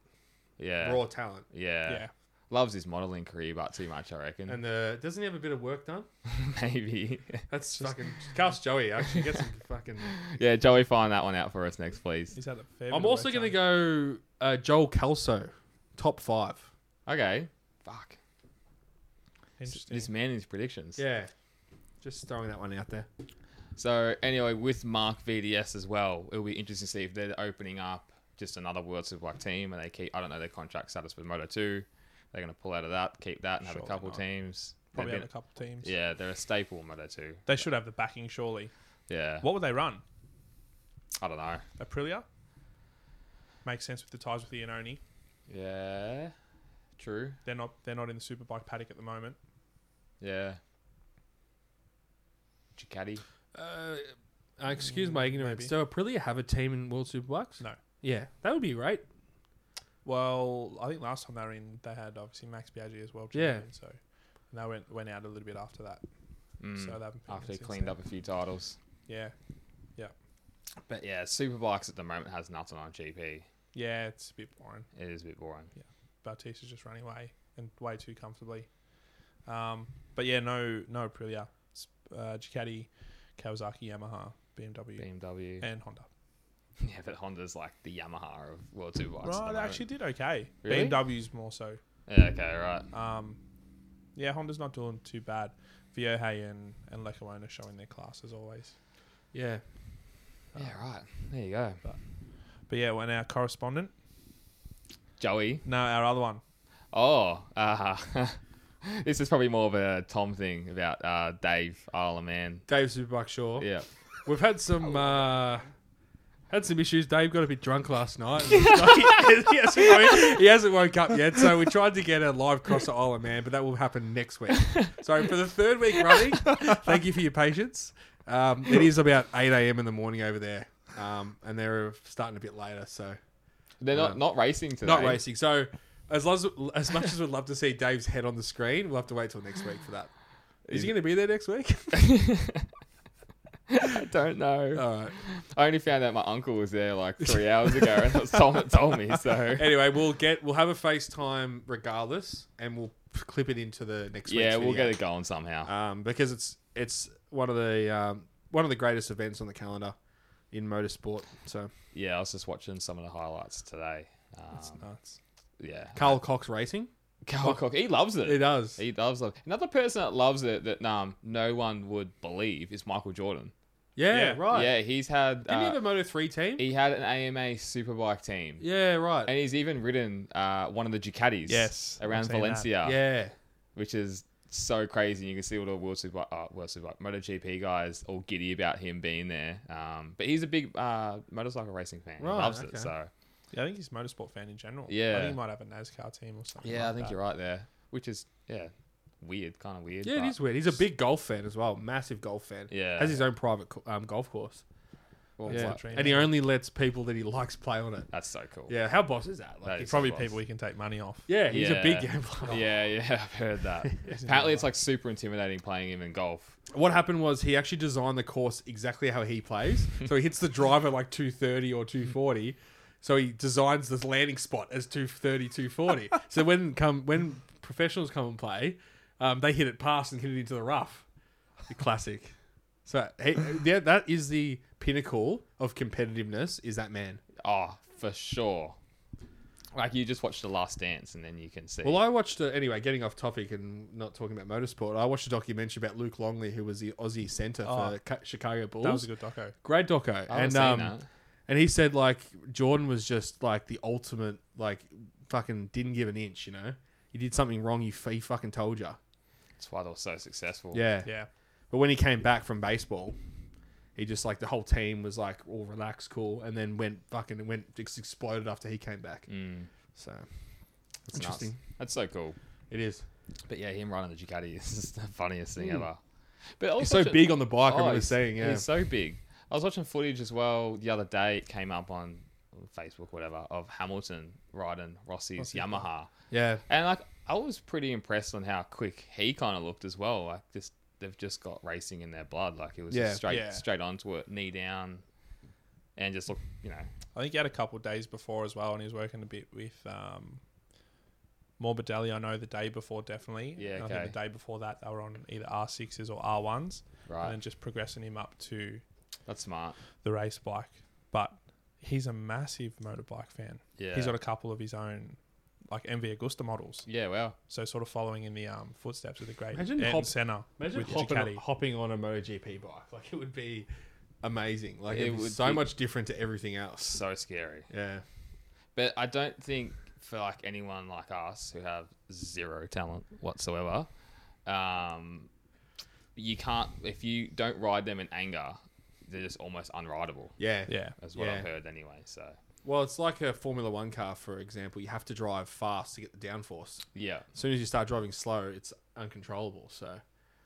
B: yeah,
A: raw talent.
B: yeah.
C: yeah.
B: Loves his modeling career, but too much, I reckon.
A: And the, doesn't he have a bit of work done?
B: maybe.
A: That's fucking cast Joey. Actually, get some fucking.
B: Yeah, Joey, find that one out for us next, please.
C: He's had a fair.
A: I'm also gonna go uh, Joel Kelso, top five.
B: Okay. Fuck.
C: Interesting.
B: This man is predictions.
A: Yeah, just throwing that one out there.
B: So anyway, with Mark VDS as well, it'll be interesting to see if they're opening up just another World Superbike team and they keep I don't know their contract status with Moto two. They're gonna pull out of that, keep that and have a
C: Surely
B: couple
C: not.
B: teams. They've
C: Probably
B: been-
C: had a couple teams.
B: yeah, they're a staple in Moto two.
C: They should have the backing, surely.
B: Yeah.
C: What would they run?
B: I don't know.
C: Aprilia. Makes sense with the ties with Iannone.
B: Yeah. True.
C: They're not. They're not in the superbike paddock at the moment.
B: Yeah. Ducati.
A: Uh, uh, excuse my ignorance. So Aprilia have a team in World Superbikes?
C: No.
A: Yeah, that would be great.
C: Well, I think last time they were in, they had obviously Max Biaggi as well.
A: Yeah.
C: champion, So, and they went went out a little bit after that.
B: Mm.
C: So they haven't been
B: After he
C: since
B: cleaned
C: then.
B: up a few titles.
C: Yeah,
B: But yeah, Superbikes at the moment has nothing on GP.
C: yeah, it's a bit boring.
B: It is a bit boring.
C: Bautista's just running away and way too comfortably. Um, but yeah, no, no Aprilia, It's, uh, Ducati, Kawasaki, Yamaha, BMW,
B: BMW.
C: and Honda.
B: Yeah, but Honda's like the Yamaha of World Superbikes. at the
C: right,
B: moment.
C: they actually did okay.
B: Really?
C: BMW's more so.
B: Yeah, okay, right.
C: Um, yeah, Honda's not doing too bad. Viohay and and Lecuona showing their class as always. Uh,
A: Yeah.
B: Yeah, right. There you go.
C: But yeah, when our correspondent,
B: Joey.
C: no, our other one,
B: Oh, uh, this is probably more of a Tom thing about uh, Dave Isle of Man.
A: Dave Superbike Shaw.
B: Yeah.
A: We've had some uh, had some issues. Dave got a bit drunk last night. he, hasn't woke, he hasn't woke up yet, so we tried to get a live cross at Isle of Man, but that will happen next week. So for the third week running, thank you for your patience. Um, it is about eight a.m. in the morning over there, um, and they're starting a bit later, so
B: They're not, not racing today.
A: not racing. So. As, lo- as much as we'd love to see Dave's head on the screen, we'll have to wait till next week for that. Is he going to be there next week?
B: I don't know.
A: All right.
B: I only found out my uncle was there like three hours ago, and that's Tom that told me. So
A: Anyway, we'll get we'll have a FaceTime regardless, and we'll clip it into the next.
B: yeah,
A: week's
B: we'll
A: video.
B: get it going somehow.
A: um, because it's it's one of the um, one of the greatest events on the calendar in motorsport. So
B: Yeah, I was just watching some of the highlights today.
C: That's
B: Um,
C: nuts.
B: yeah,
A: Carl Cox Racing,
B: Carl Cox, he loves it.
A: he does.
B: He loves it. Another person that loves it that um, no one would believe is Michael Jordan.
A: Yeah,
C: Yeah.
A: right.
B: Yeah, he's had
A: Didn't he
B: uh,
A: have a Moto Three team?
B: he had an AMA Superbike team,
A: yeah, right.
B: and he's even ridden uh, one of the Ducatis.
C: Yes, I've
B: around
C: seen that.
B: Valencia,
A: yeah,
B: which is so crazy. You can see all the World Superbike, uh, World Superbike, MotoGP guys all giddy about him being there. Um, but he's a big uh, motorcycle racing fan.
A: Right,
B: he loves
A: okay.
B: it. So
C: Yeah, I think he's a motorsport fan in general. I
B: Yeah.
C: think he might have a NASCAR team or something.
B: yeah, I
C: like
B: think
C: that.
B: you're right there. Which is yeah, weird, kind of weird.
A: yeah.
B: but-
A: It is weird. He's a big golf fan as well. Massive golf fan.
B: Yeah.
A: has his own private co- um, golf course.
B: Well,
A: yeah,
B: like-
C: dream,
A: and he
C: yeah.
A: only lets people that he likes play on it.
B: that's so cool.
A: Yeah, how boss is that? Like,
B: That
A: he
B: is
A: probably
C: Probably
B: so boss.
C: people he can take money off.
A: yeah, he's a big
B: Yeah.
A: gambler.
B: Yeah, yeah, I've heard that. Apparently, it's like super intimidating playing him in golf.
A: What happened was he actually designed the course exactly how he plays. so he hits the driver like 230 or 240. So he designs this landing spot as 230, 240. so when come when professionals come and play, um, they hit it past and hit it into the rough. The classic. So he, yeah, that is the pinnacle of competitiveness. Is that man?
B: Oh, for sure. Like you just watch The Last Dance, and then you can see.
A: Well, I watched a, anyway. Getting off topic and not talking about motorsport, I watched a documentary about Luke Longley, who was the Aussie centre
B: Oh.
A: for Ca- Chicago Bulls.
C: That was a good doco.
A: Great doco,
B: I haven't
A: and
B: seen
A: um,
B: that.
A: and he said like Jordan was just like the ultimate like fucking didn't give an inch. You know, you did something wrong, he, f- he fucking told you.
B: That's why they were so successful.
A: Yeah.
C: Yeah.
A: but when he came back from baseball, he just like the whole team was like all relaxed, cool, and then went fucking went just exploded after he came back.
B: Mm,
A: So
B: that's
A: Interesting.
B: nuts. That's so cool.
A: it is.
B: But yeah, him riding the Ducati is just the funniest thing ever. But
A: Hmm. He's
B: also
A: so big on the bike. I
B: Oh,
A: remember
B: he's-
A: seeing. Yeah,
B: He's so big. I was watching footage as well the other day. It came up on Facebook, whatever, of Hamilton riding Rossi's Yamaha,
A: yeah.
B: and like I was pretty impressed on how quick he kind of looked as well. Like just they've just got racing in their blood. Like it was
A: Yeah.
B: just straight
C: Yeah.
B: straight onto it, knee down, and just look, you know,
C: I think he had a couple of days before as well, and he was working a bit with um, Morbidelli. I know the day before definitely.
B: Yeah,
C: And I
B: okay.
C: think the day before that they were on either R sixes or R ones, and
B: right?
C: then just progressing him up to
B: That's smart.
C: the race bike. But he's a massive motorbike fan.
B: Yeah,
C: He's got a couple of his own, like MV Agusta models.
B: yeah. Well,
C: So sort of following in the um, footsteps of the great
A: Imagine
C: Ayrton
A: hop-
C: Senna
A: Imagine
C: with
A: hopping,
C: Ducati.
A: hopping on a MotoGP bike. Like it would be amazing. Like
B: It
A: it would
B: would
A: so
B: be-
A: much different to everything else.
B: so scary.
A: Yeah.
B: But I don't think for like anyone like us who have zero talent whatsoever, um, you can't if you don't ride them in anger, they're just almost unrideable.
A: Yeah.
C: Yeah.
B: That's what I've
A: Yeah.
B: heard anyway. So
A: Well, it's like a Formula One car, for example. You have to drive fast to get the downforce.
B: yeah,
A: As soon as you start driving slow, it's uncontrollable. So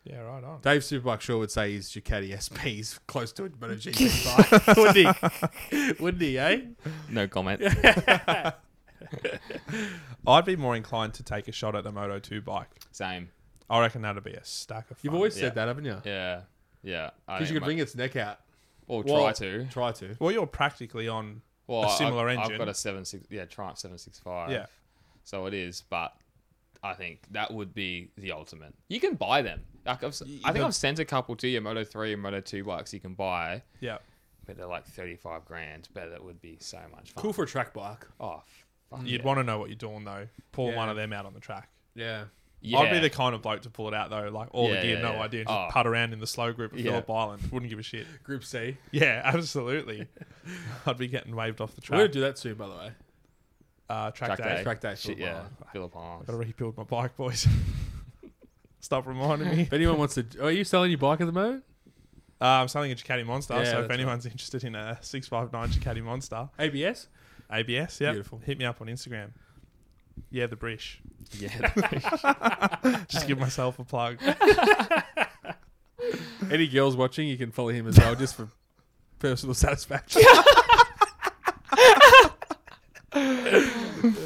C: Yeah, right on.
A: Dave Superbike sure would say his Ducati SP is close to a MotoGP bike, wouldn't he? wouldn't he? Eh?
B: no comment.
C: I'd be more inclined to take a shot at the Moto 2 bike.
B: Same.
C: I reckon that'd be a stack of fun.
A: You've always
B: Yeah.
A: said that, haven't you?
B: Yeah, yeah. I
A: Because
B: think
A: you could
B: my-
A: wring its neck out.
B: or try
A: Well,
B: to.
A: Try to.
C: Well, you're practically on.
B: Well,
C: a
B: I-
C: similar
B: I've,
C: engine.
B: I've got a seven six. Yeah, Triumph seven six five.
C: Yeah.
B: So it is, but I think that would be the ultimate. You can buy them. Like I've, s- I think
C: but-
B: I've sent a couple to your Moto three and Moto two bikes you can buy.
C: Yeah.
B: but they're like 35 grand but that would be so much fun
A: Cool for a track bike.
B: oh fuck
C: You'd
B: yeah.
C: want to know what you're doing, though. Pull
A: Mm. Yeah.
C: one of them out on the track.
A: Yeah.
B: yeah.
C: I'd be the kind of bloke to pull it out, though. Like, all
B: Yeah,
C: the gear,
B: yeah,
C: no
B: yeah.
C: idea. and Just
B: Oh.
C: putt around in the slow group of
B: Yeah.
C: Phillip Island. Wouldn't give a shit.
A: Group C.
C: Yeah, absolutely. I'd be getting waved off the
A: We're going
C: track.
A: to do that soon, by the way.
C: Uh, track,
B: Track
C: day.
B: day.
A: Track day.
B: shit
A: Phillip
B: yeah
A: Island.
B: Philip
C: I've
B: Arms
C: got to rebuild my bike, boys. Stop reminding me.
A: If anyone wants to, are you selling your bike at the moment?
C: Uh, I'm selling a Ducati Monster,
A: Yeah,
C: so
A: that's
C: if anyone's interested in a 659 Ducati Monster,
A: ABS.
C: ABS, yeah.
A: Beautiful.
C: Hit me up on Instagram. Yeah, the Brish.
B: yeah
C: Just give myself a plug.
A: Any girls watching, you can follow him as well, just for personal satisfaction.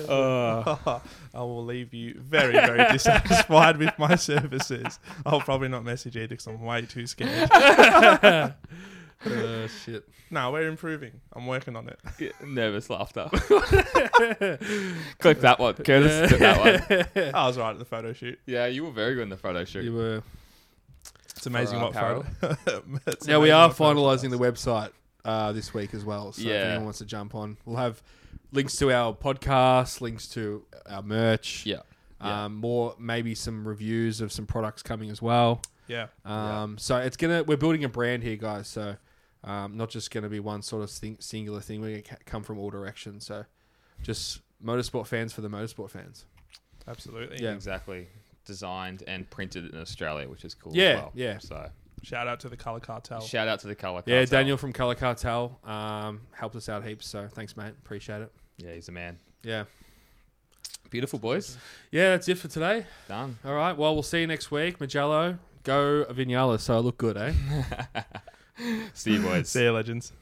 C: Uh, I will leave you very, very dissatisfied with my services. I'll probably not message either because I'm way too scared.
A: Uh, shit.
C: No, we're improving. I'm working on it.
B: Nervous laughter. Click that one, Curtis. Click that one.
C: I was right at the photo shoot.
B: Yeah, you were very good in the photo shoot.
A: You were.
C: It's amazing what
B: apparel.
C: photo. It's
A: Now we
C: amazing
A: are
C: what photo
A: finalising
C: shots.
A: the website uh, this week as well. So if
B: Yeah.
A: anyone wants to jump on, we'll have links to our podcast, links to our merch.
B: Yeah. yeah.
A: Um, more maybe some reviews of some products coming as well.
C: Yeah.
A: Um, So it's gonna we're building a brand here, guys. So um, not just gonna be one sort of thing, singular thing. We're gonna ca- come from all directions. So just motorsport fans for the motorsport fans.
C: Absolutely.
A: Yeah.
B: Exactly. Designed and printed in Australia, which is cool.
A: Yeah,
B: As well.
A: yeah. Oh.
B: So
C: Shout out to the Color Cartel.
B: shout out to the color.
A: Yeah,
B: Cartel.
A: Daniel from Color Cartel um, helped us out heaps. So thanks, mate. Appreciate it.
B: Yeah, he's a man.
A: Yeah.
B: Beautiful boys.
A: Yeah, that's it for today.
B: Done.
A: All right. Well, we'll see you next week. Magello, go Vinales. So I look good, eh?
B: See you boys.
C: See you, legends.